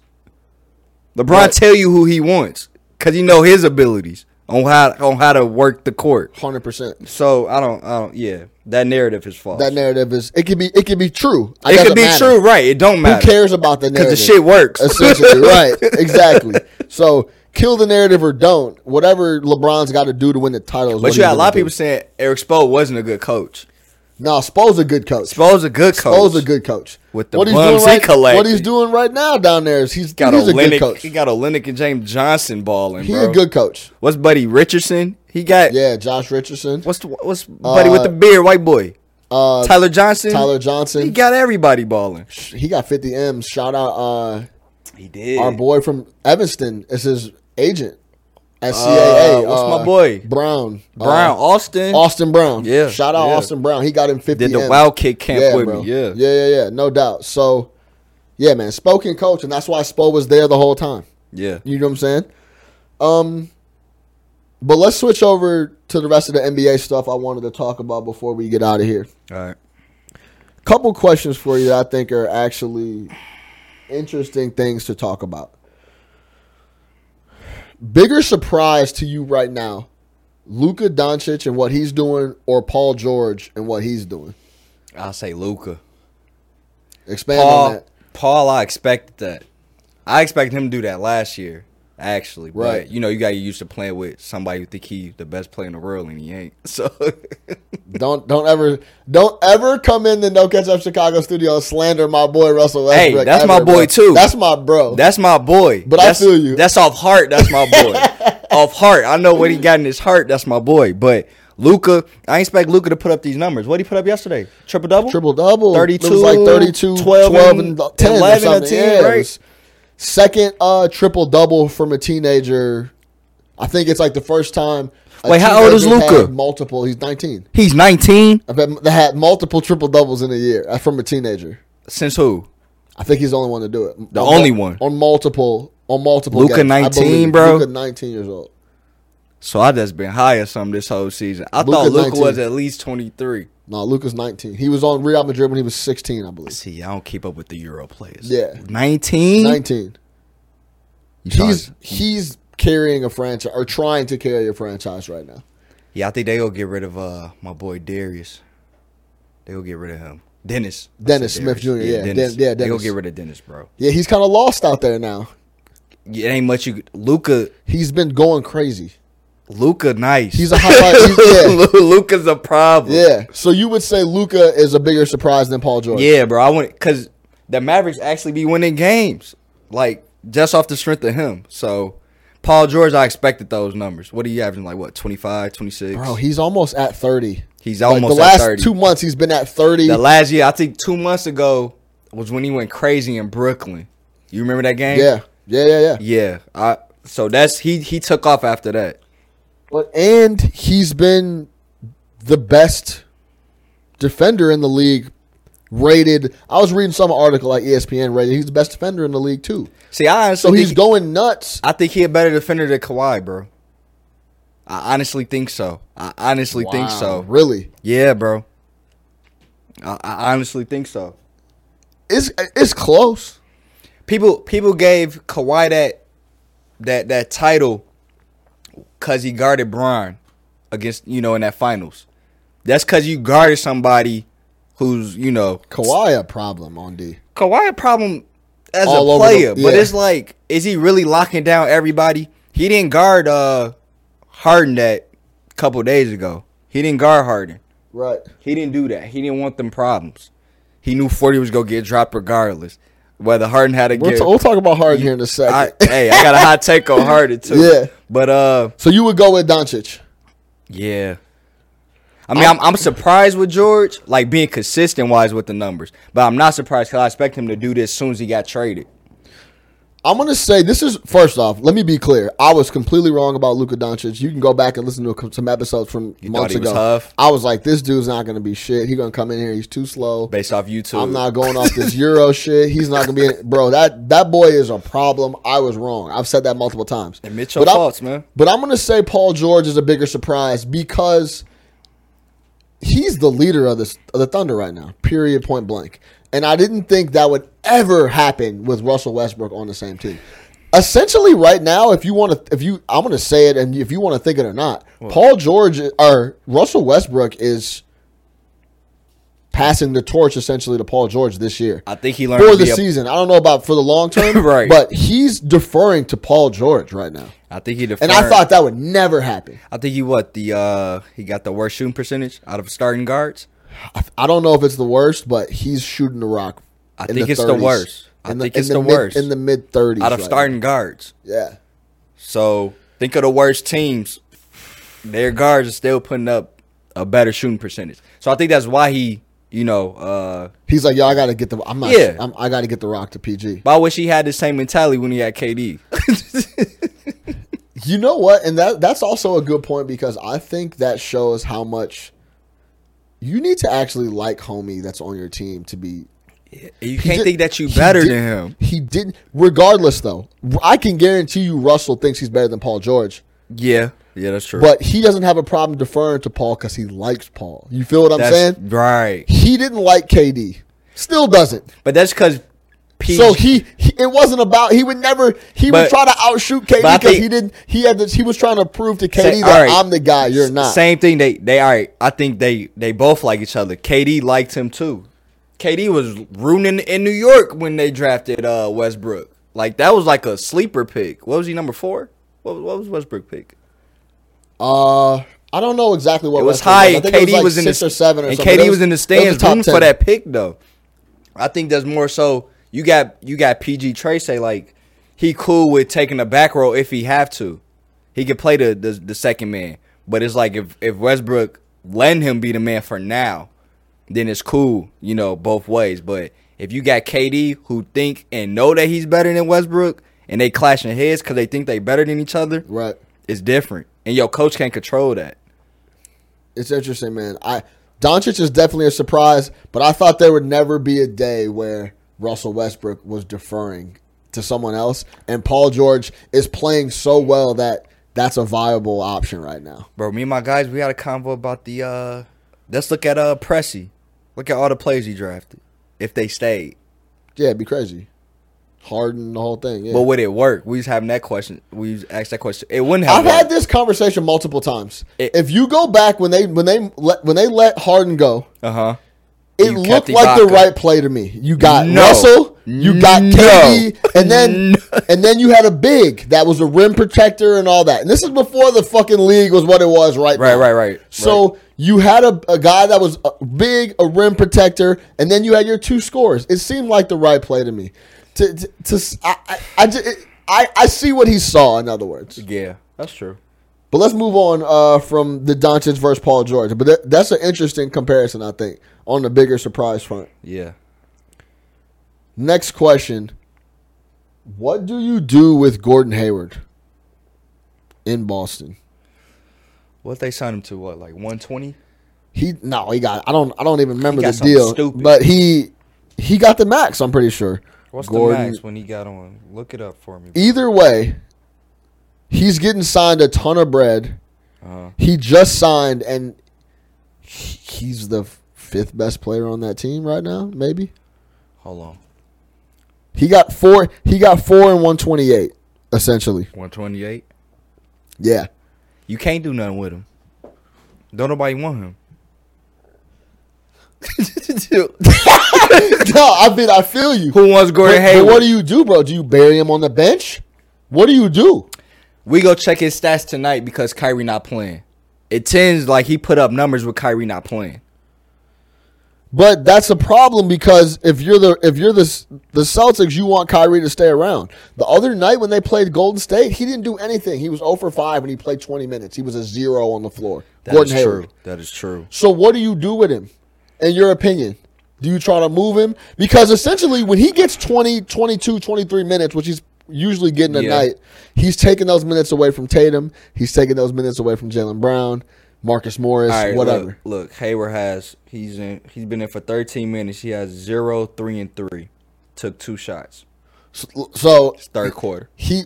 LeBron tell you who he wants because he know his abilities on how on how to work the court. Hundred percent. So I don't, I don't. Yeah, that narrative is false. That narrative is it could be it could be true. it doesn't could be matter. true, right? It don't matter. Who cares about the Because narrative? the shit works. Essentially, right? Exactly. So kill the narrative or don't. Whatever LeBron's got to do to win the title. Is what but you he's had a lot of gonna people saying Eric Spo wasn't a good coach. do. No, Spo's a good coach. Spo's a good coach. Spo's a good coach. With the he's doing bums he right, collected. what he's doing right now down there is he's, Got he's a Olenek, good coach. He got Olenek and James Johnson balling. He's bro. a good coach. What's Buddy Richardson? He got Yeah, Josh Richardson, What's the, what's buddy with Uh, the beard? White boy. uh, Tyler Johnson. Tyler Johnson. He got everybody balling. he got 50 M's. Shout out uh, He did. our boy from Evanston is his agent at Uh, CAA. what's my uh, boy? Brown? Brown Uh, Austin. Austin Brown. Yeah, Shout out yeah. Austin Brown. He got him 50 did the M's. wild kick camp with bro. me. Yeah. yeah, yeah, yeah. No doubt. So, yeah, man, Spo can coach, and that's why Spo was there the whole time. Yeah. You know what I'm saying? Um, but let's switch over to the rest of the NBA stuff I wanted to talk about before we get out of here. All right. Couple questions for you that I think are actually interesting things to talk about. Bigger surprise to you right now, Luka Doncic and what he's doing, or Paul George and what he's doing? I'll say Luca. Expand on Paul that. Uh, Paul, I expected that. I expected him to do that last year. actually. Right. But, you know, you got to used to playing with somebody who think he the best player in the world and he ain't. So Don't don't ever don't ever come in the No Catch Up Chicago studio and slander my boy Russell Hey, Westbrook. that's ever, my boy, bro. too. That's my bro. that's my boy. But I that's, feel you. That's off heart. That's my boy. off heart. I know what he got in his heart. That's my boy. But Luca, I expect Luca to put up these numbers. What did he put up yesterday? Triple double. triple double. 32, it was like 32, 12, 12 and and 10 or 11 or something. 10, Yeah, it right? was Second uh, triple double from a teenager. I think it's like the first time. a Wait, how old is teenager had Luka? Multiple. He's nineteen. He's 19. I bet they had multiple triple doubles in a year uh, from a teenager. Since who? I think he's the only one to do it. The On mul- only one. on multiple on multiple. Luka games, I 19, believe. bro. Luka nineteen years old. So I just been high or something this whole season. I Luka thought Luca 19. was at least 23. No, Luca's 19. He was on Real Madrid when he was 16, I believe. See, I don't keep up with the Euro players. Yeah. 19? 19. He's He's, he's carrying a franchise or trying to carry a franchise right now. yeah, I think they gonna get rid of uh my boy Darius. They gonna get rid of him. Dennis. I Dennis said Smith Darius. Jr., yeah, Den- yeah, They gonna Dennis. get rid of Dennis, bro. Yeah, he's kind of lost out there now. It ain't much you Luca He's been going crazy. Luca nice. He's a highlight. he's- yeah. Luca's a problem. Yeah. So you would say Luca is a bigger surprise than Paul George. Yeah, bro. I want because the Mavericks actually be winning games, like just off the strength of him. So Paul George, I expected those numbers. What are you averaging? Like what, 25, 26? Bro, he's almost at 30. He's Like, almost the at last 30. two months he's been at 30. the last year, I think two months ago was when he went crazy in Brooklyn. You remember that game? yeah. Yeah, yeah, yeah. Yeah. I so that's he he took off after that. But and he's been the best defender in the league. Rated. I was reading some article E like ESPN rated. He's the best defender in the league too. See, I honestly So he's think- going nuts. I think he a better defender than Kawhi, bro. I honestly think so. I honestly think so. Really? Yeah, bro. I, I honestly think so. It's it's close. People people gave Kawhi that that that title because he guarded Bron against you know in that finals. That's because you guarded somebody who's you know Kawhi a problem on D. Kawhi a problem as All a over the- player, but yeah. it's like is he really locking down everybody? He didn't guard uh Harden that couple days ago. He didn't guard Harden. Right. He didn't do that. He didn't want them problems. He knew 40 was going to get dropped regardless. Whether Harden had a We'll, game. t- we'll talk about Harden here in a I, second. hey, I got a hot take on Harden, too. Yeah. But, uh, so you would go with Doncic. yeah. I mean, I'm, I'm surprised with George, like being consistent wise with the numbers. But I'm not surprised because I expect him to do this as soon as he got traded. I'm gonna say this is first off. Let me be clear. I was completely wrong about Luka Doncic. You can go back and listen to a- some episodes from You thought months he was ago. tough? I was like, this dude's not gonna be shit. He's gonna come in here. He's too slow. Based off YouTube. I'm not going off this Euro shit. He's not gonna be, in, bro. That that boy is a problem. I was wrong. I've said that multiple times. Admit your But I'm- faults, man. But I'm gonna say Paul George is a bigger surprise because he's the leader of this of the Thunder right now. Period. Point blank. And I didn't think that would ever happen with Russell Westbrook on the same team. Essentially, right now, if you want to, if you, I'm gonna say it, and if you want to think it or not, Paul George or Russell Westbrook is passing the torch essentially to Paul George this year I think he learned for to the be a- season. I don't know about for the long term, Right. But he's deferring to Paul George right now, I think he and deferred. I thought that would never happen. I think he what the uh he got the worst shooting percentage out of starting guards. I don't know if it's the worst, but he's shooting the rock. I in think it's the 30s. worst. I In think it's the mid, worst. in the mid thirties. Out of starting guards. yeah. So think of the worst teams. Their guards are still putting up a better shooting percentage. So I think that's why he, you know, uh, He's like, yo, I gotta get the. I'm not. Yeah. I'm, I gotta get the rock to PG. but I wish he had the same mentality when he had KD. You know what? And that that's also a good point because I think that shows how much you need to actually like homie that's on your team to be you He can't did- think that you he better did- than him. He didn't. Regardless, though, I can guarantee you Russell thinks he's better than Paul George, Yeah, yeah, that's true. but he doesn't have a problem deferring to Paul because he likes Paul. You feel what I'm that's saying? right. He didn't like KD, still doesn't. But that's because PG. So he, he, it wasn't about he would never he would But- try to outshoot KD but I because think- he didn't he had this he was trying to prove to Say- KD all that right. I'm the guy you're not Same thing. They they all right. I think they they both like each other. KD liked him too. KD was rooting in New York when they drafted uh Westbrook. Like that was like a sleeper pick. What was he number four? What, what was Westbrook pick? Uh, I don't know exactly what It was Westbrook high, I and think it KD was, like in six the or seven, or and something. KD It was, in the it a stands top rooting 10. for that pick though. I think that's more so. You got you got PG Tracy like he cool with taking the back row if he have to. He could play the the, the second man, but it's like if if Westbrook letting him be the man for now, then it's cool, you know, both ways. But if you got KD who think and know that he's better than Westbrook, and they clashing heads because they think they better than each other, Right. it's different, and your coach can't control that. It's interesting, man. I Doncic is definitely a surprise, but I thought there would never be a day where Russell Westbrook was deferring to someone else, and Paul George is playing so well that that's a viable option right now. Bro, me and my guys, we had a convo about the uh let's look at uh Pressy. Look at all the players he drafted. If they stayed. Yeah, it'd be crazy. Harden, the whole thing. Yeah. But would it work? We was having that question. We was asked that question. It wouldn't have I've had worked. this conversation multiple times. It- if you go back when they when they let, when they let Harden go, uh-huh. It You looked kept like the Ibaka. right play to me. You got No. Russell, you got No. KD, and then No. and then you had a big that was a rim protector and all that. And this is before the fucking league was what it was, right? Right, now. right, right, So you had a, a guy that was a big, a rim protector, and then you had your two scores. It seemed like the right play to me. To to, to s- I, I, I ju- it- I- I see what he saw. In other words, Yeah, that's true. but let's move on uh, from the Doncic versus Paul George. But that, that's an interesting comparison, I think, on the bigger surprise front. Yeah. Next question. What do you do with Gordon Hayward in Boston? What they signed him to what, like one twenty? He no, he got I don't I don't even remember got the something deal. stupid. But he he got the max, I'm pretty sure. What's Gordon- the max when he got on? Look it up for me. Either way, he's getting signed a ton of bread. Uh-huh. He just signed and he- he's the fifth best player on that team right now, maybe. Hold on. He got four he got four and one twenty eight, essentially. One twenty eight? Yeah. You can't do nothing with him. Don't nobody want him. no, I mean I feel you. Who wants Gordon but, but Hayward? what do you do, bro? Do you bury him on the bench? What do you do? We go check his stats tonight because Kyrie not playing. It tends like he put up numbers with Kyrie not playing. But that's a problem because if you're the if you're the S- the Celtics, you want Kyrie to stay around. The other night when they played Golden State, he didn't do anything. He was 0 for 5 and he played 20 minutes. He was a zero on the floor. Gordon Hayward. That is true. So what do you do with him? In your opinion, do you try to move him? Because essentially when he gets 20, 22, 23 minutes, which he's usually getting a Yeah. night, he's taking those minutes away from Tatum. He's taking those minutes away from Jalen Brown, Marcus Morris, All right, whatever. Look, look, Hayward has he's in he's been in for 13 minutes. He has zero, three, and three. Took two shots. So, so It's third quarter. he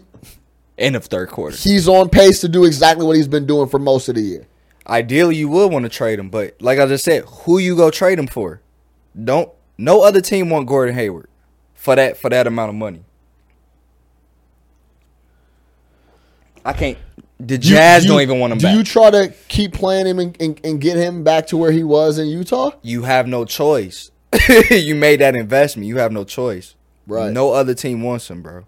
End of third quarter. he's on pace to do exactly what he's been doing for most of the year. Ideally, you would want to trade him, but like I just said, who you go trade him for? Don't no other team want Gordon Hayward for that for that amount of money. I can't. The Do you- Jazz do you- don't even want him Do back. you try to keep playing him and, and, and get him back to where he was in Utah? you have no choice. you made that investment. You have no choice. Right. No other team wants him, bro.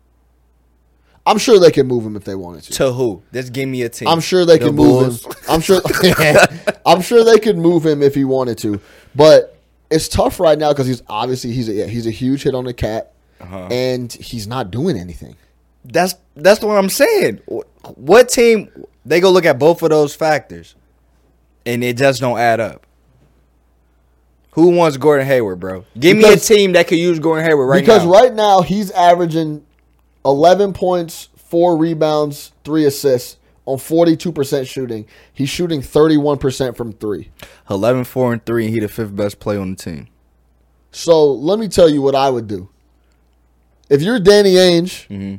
I'm sure they can move him if they wanted to. To who? Just give me a team. I'm sure they The can Bulls. move him. I'm sure. I'm sure they could move him if he wanted to, but it's tough right now because he's obviously he's a, yeah, he's a huge hit on the cat, Uh-huh. and he's not doing anything. That's that's what I'm saying. Wh- What team? They go look at both of those factors, and it just don't add up. Who wants Gordon Hayward, bro? Give Because- me a team that could use Gordon Hayward right because now. right now he's averaging 11 points, four rebounds, three assists on 42% shooting. He's shooting 31% from three. 11, 4, and three, and he the fifth best player on the team. So let me tell you what I would do. If you're Danny Ainge Mm-hmm.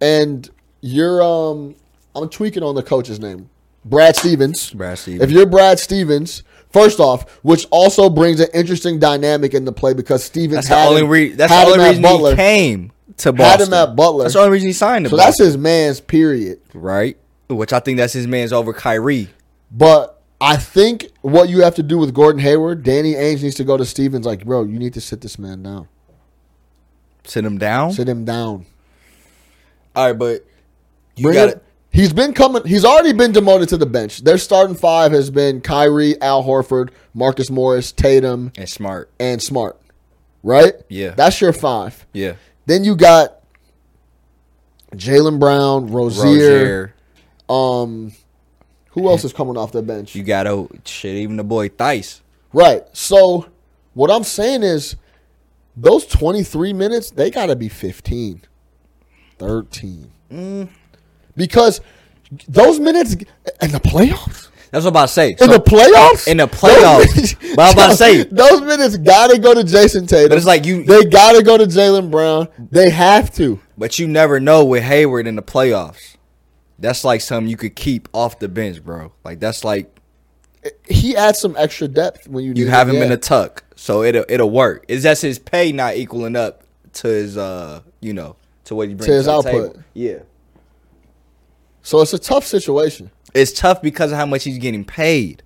and you're um I'm tweaking on the coach's name. Brad Stevens. Brad Stevens. If you're Brad Stevens, first off, which also brings an interesting dynamic in the play because Stevens That's the had only him- re- That's had him the only at reason Butler. he came to Had Boston. him at Butler. That's the only reason he signed to So that's Boston. his man's period. right? Which I think that's his man's over Kyrie. But I think what you have to do with Gordon Hayward, Danny Ainge needs to go to Stevens like, bro, you need to sit this man down. Sit him down. Sit him down. All right, but you Bring gotta- it. He's been coming. He's already been demoted to the bench. Their starting five has been Kyrie, Al Horford, Marcus Morris, Tatum, and smart. and Smart. Right? Yeah. That's your five. Yeah, Then you got Jalen Brown, Rozier. Rozier. Um, who else is coming off the bench? You got oh shit. Even the boy Thice. Right. So what I'm saying is those 23 minutes, they got to be 15, 13. Mm. Because those minutes in the playoffs? That's what I'm about to say. In So- the playoffs? in the playoffs. But I'm about to say- Those minutes got to go to Jason Tatum. But it's like you- They got to go to Jalen Brown. They have to. But you never know with Hayward in the playoffs. That's like something you could keep off the bench, bro. Like that's like He adds some extra depth when you you need have it, him in yeah. a tuck, so it'll it'll work. Is that's his pay not equaling up to his uh you know to what he brings To his the output. table. Yeah, So it's a tough situation. it's tough because of how much he's getting paid.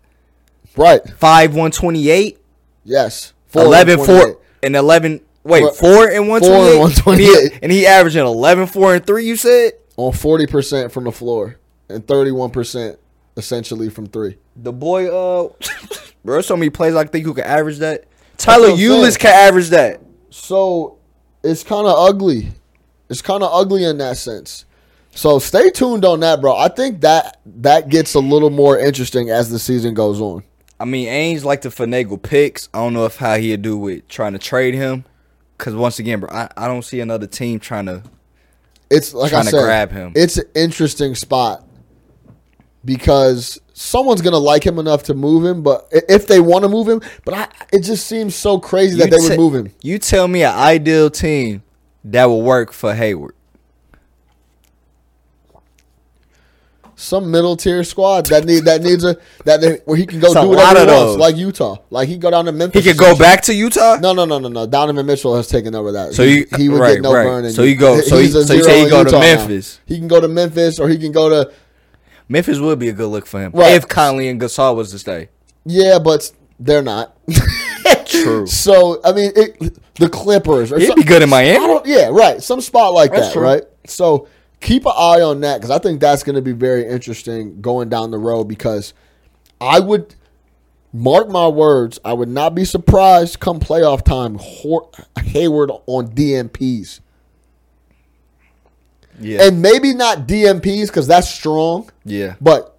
Right. Five one twenty eight, Yes. Four and eleven four 28. and eleven. Wait, Four- four and one four and twenty eight, 128. and he averaging eleven four and three. You said on forty percent from the floor and thirty one percent essentially from three. The boy, uh, bro, there's so many plays I think who can average that. Tyler what I'm saying. Eulis can average that. So it's kind of ugly. It's kind of ugly in that sense. So stay tuned on that, bro. I think that that gets a little more interesting as the season goes on. I mean, Ainge like to finagle picks. I don't know if how he'd do with trying to trade him, because once again, bro, I, I don't see another team trying to. It's like Trying I to said, grab him. it's an interesting spot because someone's gonna like him enough to move him, but i- if they want to move him, but I, it just seems so crazy that You they would te- move him. You tell me an ideal team that would work for Hayward. some middle tier squad that need that needs a that they, where he can go It's a do whatever lot of he wants, those. like Utah. Like he can go down to He Memphis. could go back to Utah. No, no, no, no, no. Donovan Mitchell has taken over that. So he, you- he would get right, no right. burn. in- So you go- so he's you- a so you zero say you in go to Utah now. Memphis. He can go to Memphis, or he can go to Memphis would be a good look for him Right. if Conley and Gasol was to stay. yeah, but they're not. True. So I mean, it, the Clippers. Or He'd some- be good I in Miami. don't, yeah, right. Some spot like That's that, true. right? So keep an eye on that because I think that's going to be very interesting going down the road. Because I would mark my words, I would not be surprised come playoff time, Hor- Hayward on DMPs, Yeah, and maybe not DMPs because that's strong, yeah. but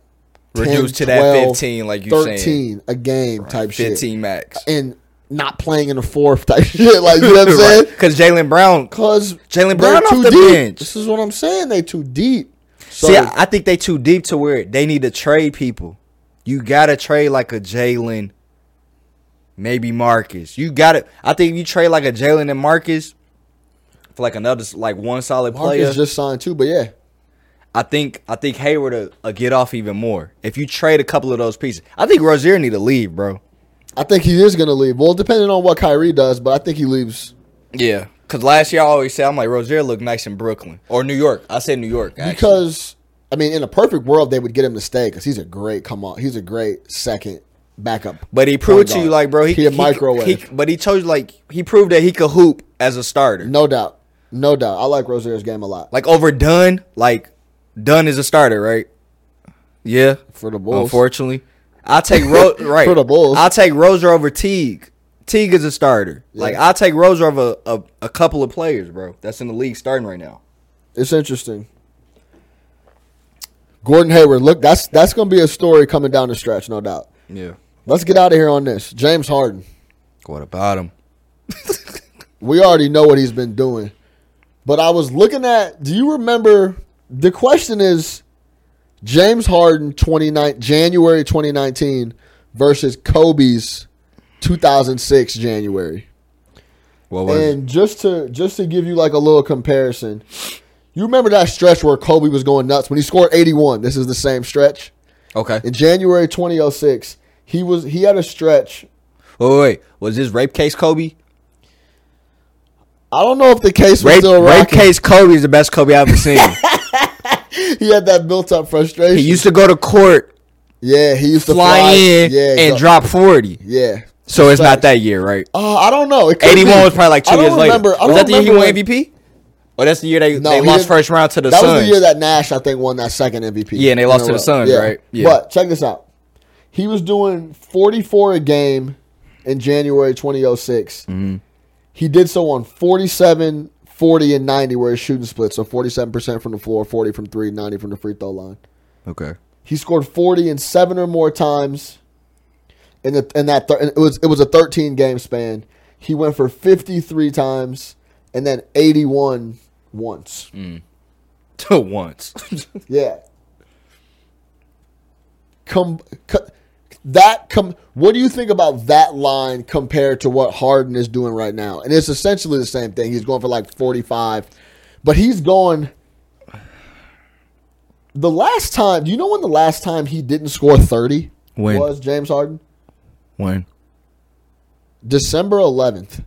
Reduced 10, to that 12, 15, like you saying. 13 a game type shit, Fifteen max. and not playing in the fourth type shit, like you know what I'm saying? Because Jalen Brown Because Jaylen Brown off the deep. bench. This is what I'm saying. They too deep. So, See, I I think they too deep to where they need to trade people. You gotta trade like a Jalen, maybe Marcus. You gotta. I think if you trade like a Jalen and Marcus for like another s- like one solid Marcus player. just signed too, but yeah, I think I think Hayward will will get off even more if you trade a couple of those pieces. I think Rozier need to leave, bro. I think he is gonna leave. Well, depending on what Kyrie does, but I think he leaves Yeah, because last year I always said I'm like Rozier looked nice in Brooklyn or New York. I said New York actually. because I mean, in a perfect world, they would get him to stay because he's a great come on. He's a great second backup. But he point proved to you guard. like, bro, he He a microwave. he- but he told you like he proved that he could hoop as a starter. no doubt, no doubt. I like Rozier's game a lot. Like over Dunn, like Dunn is a starter, right? Yeah, For the Bulls. Unfortunately, I take Ro- right For the Bulls. I take Roser over Teague. Teague is a starter. Like I take Roser over a, a, a couple of players, bro. That's in the league starting right now. It's interesting. Gordon Hayward, look, that's that's gonna be a story coming down the stretch, no doubt. Yeah. Let's get out of here on this. James Harden. What about him? we already know what he's been doing. But I was looking at. Do you remember? The question is James Harden 29, January 2019 versus Kobe's 2006 January. What And just to just to give you like a little comparison, you remember that stretch where Kobe was going nuts when he scored 81. This is the same stretch. Okay. In January 2006, he was he had a stretch Wait, wait, wait. was this rape case Kobe? I don't know if the case was Rape, still rape rocking. case Kobe is the best Kobe I've ever seen. He had that built up frustration. he used to go to court Yeah, he used to fly in yeah, and go- drop 40. Yeah, So it's not that year, right? Uh, I don't know. It could Eighty one be. was probably like I two don't years remember, later. I don't Was that the year he remember won when- MVP? Or that's the year they, they he lost didn't- first round to the That Suns. was the year that Nash, I think, won that second MVP. Yeah, and they in lost a to the row. Suns, right? Yeah. But check this out. He was doing 44 a game in January 2006. Mm-hmm. He did so on 47, 40, and 90, where his shooting split. So 47% from the floor, 40 from three, 90 from the free throw line. okay. He scored 40 in seven or more times. In the in that thir- it was it was a 13 game span. He went for 53 times and then 81 once. To once. Yeah. Com- co- that com- what do you think about that line compared to what Harden is doing right now? And it's essentially the same thing. He's going for like 45, but he's going The last time, do you know when the last time he didn't score 30 When? was James Harden? when? December 11th.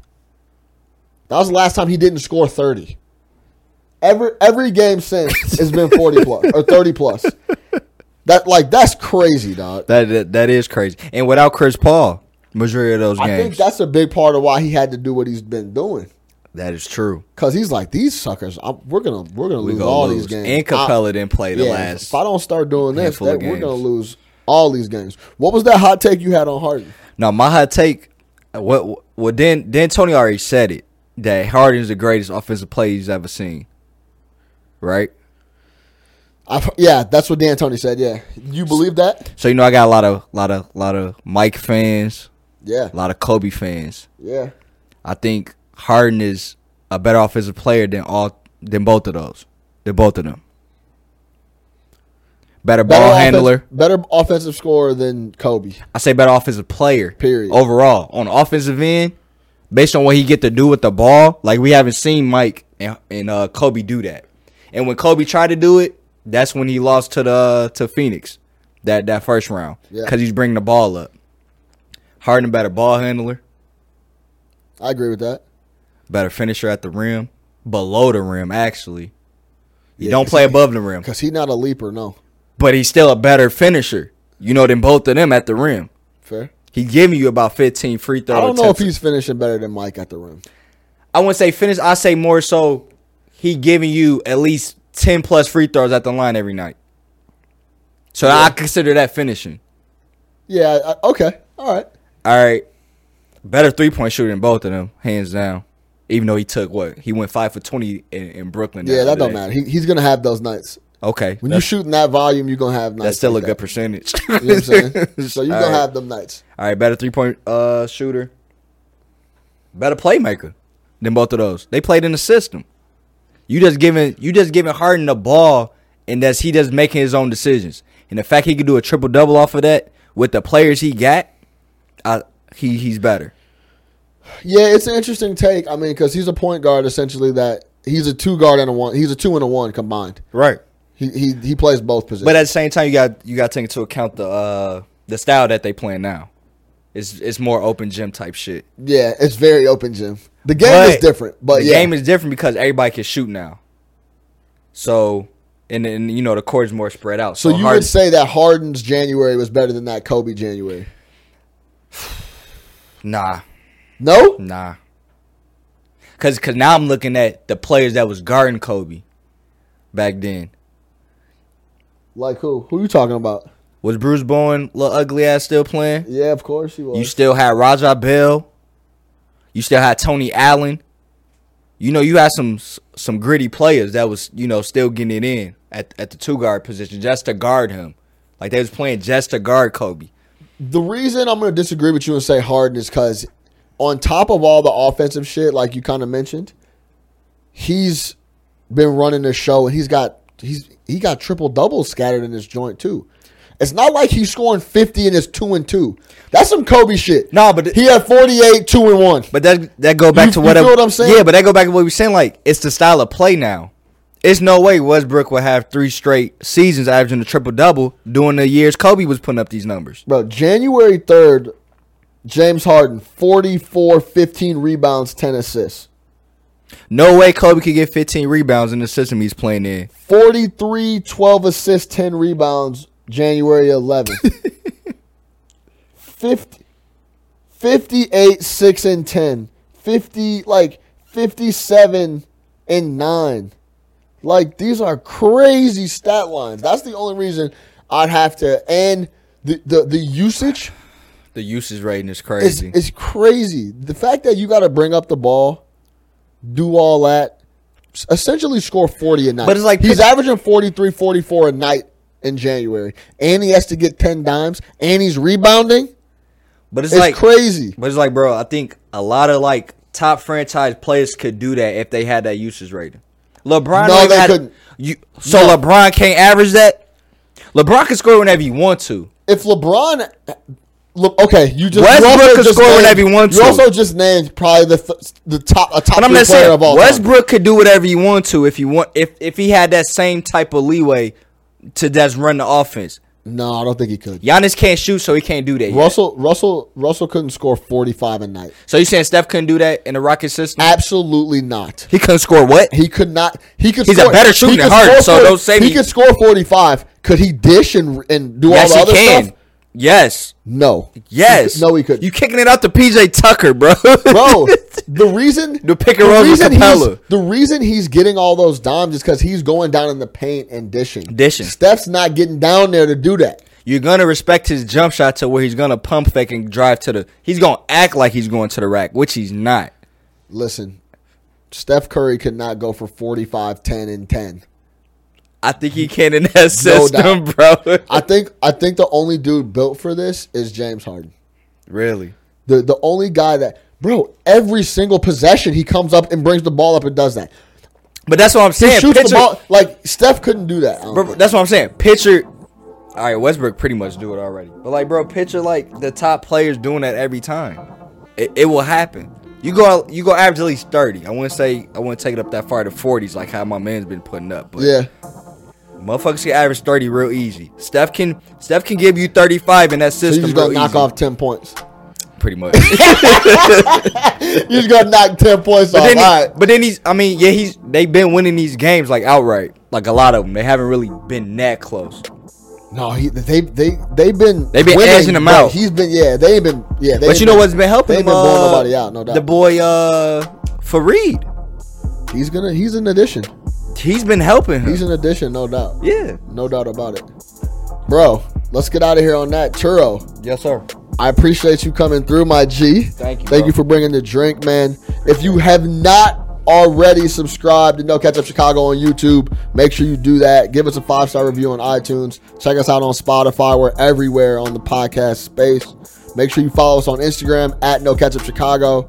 That was the last time he didn't score 30. Every every game since has been 40 plus or 30 plus. That like that's crazy, dog. That, that that is crazy. And without Chris Paul, majority of those I think games. that's a big part of why he had to do what he's been doing. that is true. Cause he's like these suckers. I'm, we're gonna we're gonna We lose go all these lose. games. And I- Capella didn't play the yeah, last. If I don't start doing this, handful of that, we're games. gonna lose all these games. What was that hot take you had on Harden? Now my hot take. What? Well, then then Tony already said it that Harden is the greatest offensive player he's ever seen. Right. I've, yeah, that's what D'Antoni said. Yeah, you believe that? So you know I got a lot of lot of lot of Mike fans, Yeah, a lot of Kobe fans. yeah. I think Harden is a better offensive player than all than both of those. Than both of them. Better ball offense- handler. better offensive scorer than Kobe. I say better offensive player. Period. Overall, on the offensive end, based on what he get to do with the ball, like we haven't seen Mike and, and uh, Kobe do that. And when Kobe tried to do it, that's when he lost to the to Phoenix that that first round Yeah. because he's bringing the ball up. Harden better ball handler, I agree with that. better finisher at the rim, below the rim actually. You Yeah, don't 'cause play above the rim, Cause he's not a leaper. No, but he's still a better finisher. You know than both of them at the rim. fair. He giving you about fifteen free throw. I don't know if attempts a he's finishing better than Mike at the rim. I wouldn't say finish. I say more so he giving you at least ten plus free throws at the line every night. So I consider that finishing. Yeah. I- I, okay. All right. All right, better three point shooter than both of them, hands down. Even though he took what he went five for twenty in, in Brooklyn. Yeah, after that don't matter. He, he's gonna have those nights. Okay, When that's, you're shooting that volume, you're gonna have nights. that's still a like good that. percentage. You know what I'm saying? so you're All gonna right. have them nights. All right, better three point uh, shooter, better playmaker than both of those. They played in the system. You just giving you just giving Harden the ball, and that's he just making his own decisions. And the fact he could do a triple double off of that with the players he got, I, he he's better. Yeah, it's an interesting take. I mean, because he's a point guard essentially. That he's a two guard and a one. He's a two and a one combined. Right. He he he plays both positions. But at the same time, you got you got to take into account the uh, the style that they playing now. It's it's more open gym type shit. yeah, it's very open, Jim. The game is But different, but the yeah, game is different because everybody can shoot now. So and and you know the court's more spread out. So So, you hard, would say that Harden's January was better than that Kobe January? nah, No, nah. Cause cause now I'm looking at the players that was guarding Kobe back then. like who? Who you talking about? Was Bruce Bowen little ugly ass still playing? Yeah, of course he was. You still had Rajah Bell. You still had Tony Allen. You know, you had some some gritty players that was, you know, still getting it in at, at the two guard position just to guard him. Like they was playing just to guard Kobe. the reason I'm going to disagree with you and say Harden is because, on top of all the offensive shit, like you kind of mentioned, he's been running the show and he's got he's he got triple doubles scattered in his joint too. It's not like he's scoring 50 and it's two and two. That's some Kobe shit. No, but he had 48, two and one. but that that go back You- to you what, I- feel what I'm saying? Yeah, but that go back to what we saying. Like it's the style of play now. It's no way Westbrook would have three straight seasons averaging a triple double during the years Kobe was putting up these numbers. Bro, January 3rd, James Harden, 44, 15 rebounds, 10 assists. No way Kobe could get 15 rebounds in the system he's playing in. 43, 12 assists, 10 rebounds, January 11th. 50, 58 6 and 10 50 like 57 and 9 like these are crazy stat lines that's the only reason i'd have to and the the, the usage The usage rating is is, crazy. is crazy the fact that you got to bring up the ball do all that s- essentially score 40 a night But it's like- he's averaging 43 44 a night in january and he has to get 10 dimes and he's rebounding but it's, it's like crazy But it's like, bro, I think a lot of like top franchise players could do that if they had that usage rating. LeBron, No, don't they have- couldn't. You so LeBron can't average that. LeBron can score whenever he wants to. if LeBron, look, okay, you just Westbrook you also could just score named- whenever he wants You to. also just named probably the th- the top a top But three player I'm not saying of all time. Westbrook could do whatever he want to if he want if if he had that same type of leeway to just run the offense. No, I don't think he could. Giannis can't shoot, so he can't do that. yet. Russell Russell Russell couldn't score forty five a night. So you saying Steph couldn't do that in the Rocket system? Absolutely not. He couldn't score what? He could not. He could. He's a score, better he shooting could than Harden, score so 40 don't say he he- could score forty five. Could he dish and and do Yes, all the other he can. stuff? Yes. No. Yes. No, he couldn't. You kicking it out to PJ Tucker, bro. Bro, the reason The pick and roll with reason Capella. he's- The reason he's getting all those dimes is because he's going down in the paint and dishing. Dishing. Steph's not getting down there to do that. You're gonna respect his jump shot to where he's gonna pump fake and drive to the. He's gonna act like he's going to the rack, which he's not. Listen, Steph Curry could not go for 45, 10, and 10. I think he can in that No system, doubt. bro. I think I think the only dude built for this is James Harden. really? The the only guy that bro, every single possession he comes up and brings the ball up and does that. But that's what I'm He saying. shoots Picture, the ball like Steph couldn't do that. I don't bro, think. that's what I'm saying. Picture. All right, Westbrook pretty much do it already. But like, bro, picture like the top players doing that every time. It, it will happen. You go, you go average at least thirty. I wouldn't say I wouldn't take it up that far to forties, like how my man's been putting up. But yeah. Motherfuckers can average thirty real easy. Steph can Steph can give you thirty five in that So you system. just gonna real knock easy. off ten points. pretty much. You just gonna knock ten points but, off. then he- All right. but then he's I mean yeah he's they've been winning these games like outright like a lot of them they haven't really been that close. No, he, they they they've been They been edging him but out. He's been yeah, they ain't been yeah. They But ain't you know what's been helping They ain't him? been blowing uh, nobody out, no doubt. The boy uh Farid he's gonna he's an addition. he's been helping him. He's an addition, no doubt. yeah. no doubt about it, bro. Let's get out of here on that churro. Yes sir. I appreciate you coming through, my G. Thank you, Thank bro. you for bringing the drink, man. If you have not already subscribed to No Catch Up Chicago on YouTube, make sure you do that. Give us a five star review on iTunes. Check us out on Spotify. We're everywhere on the podcast space. Make sure you follow us on Instagram at No Catch Up Chicago.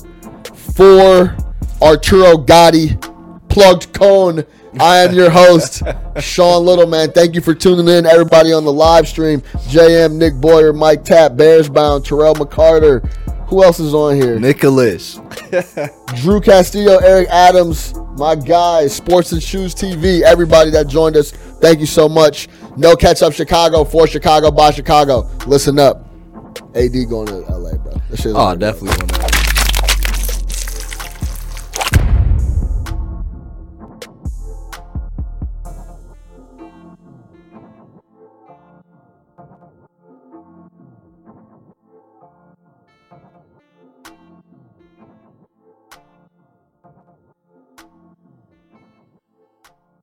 For Arturo Gotti, Plugged Cone, I am your host, Sean Little, man. Thank you for tuning in, everybody on the live stream. JM, Nick Boyer, Mike Tapp, Bearsbound, Terrell McCarter. Who else is on here? Nicholas. Drew Castillo, Eric Adams, my guys, Sports and Shoes TV, everybody that joined us. Thank you so much. No catch up Chicago for Chicago by Chicago. Listen up. AD going to LA, bro. That shit is Oh, I definitely. want that.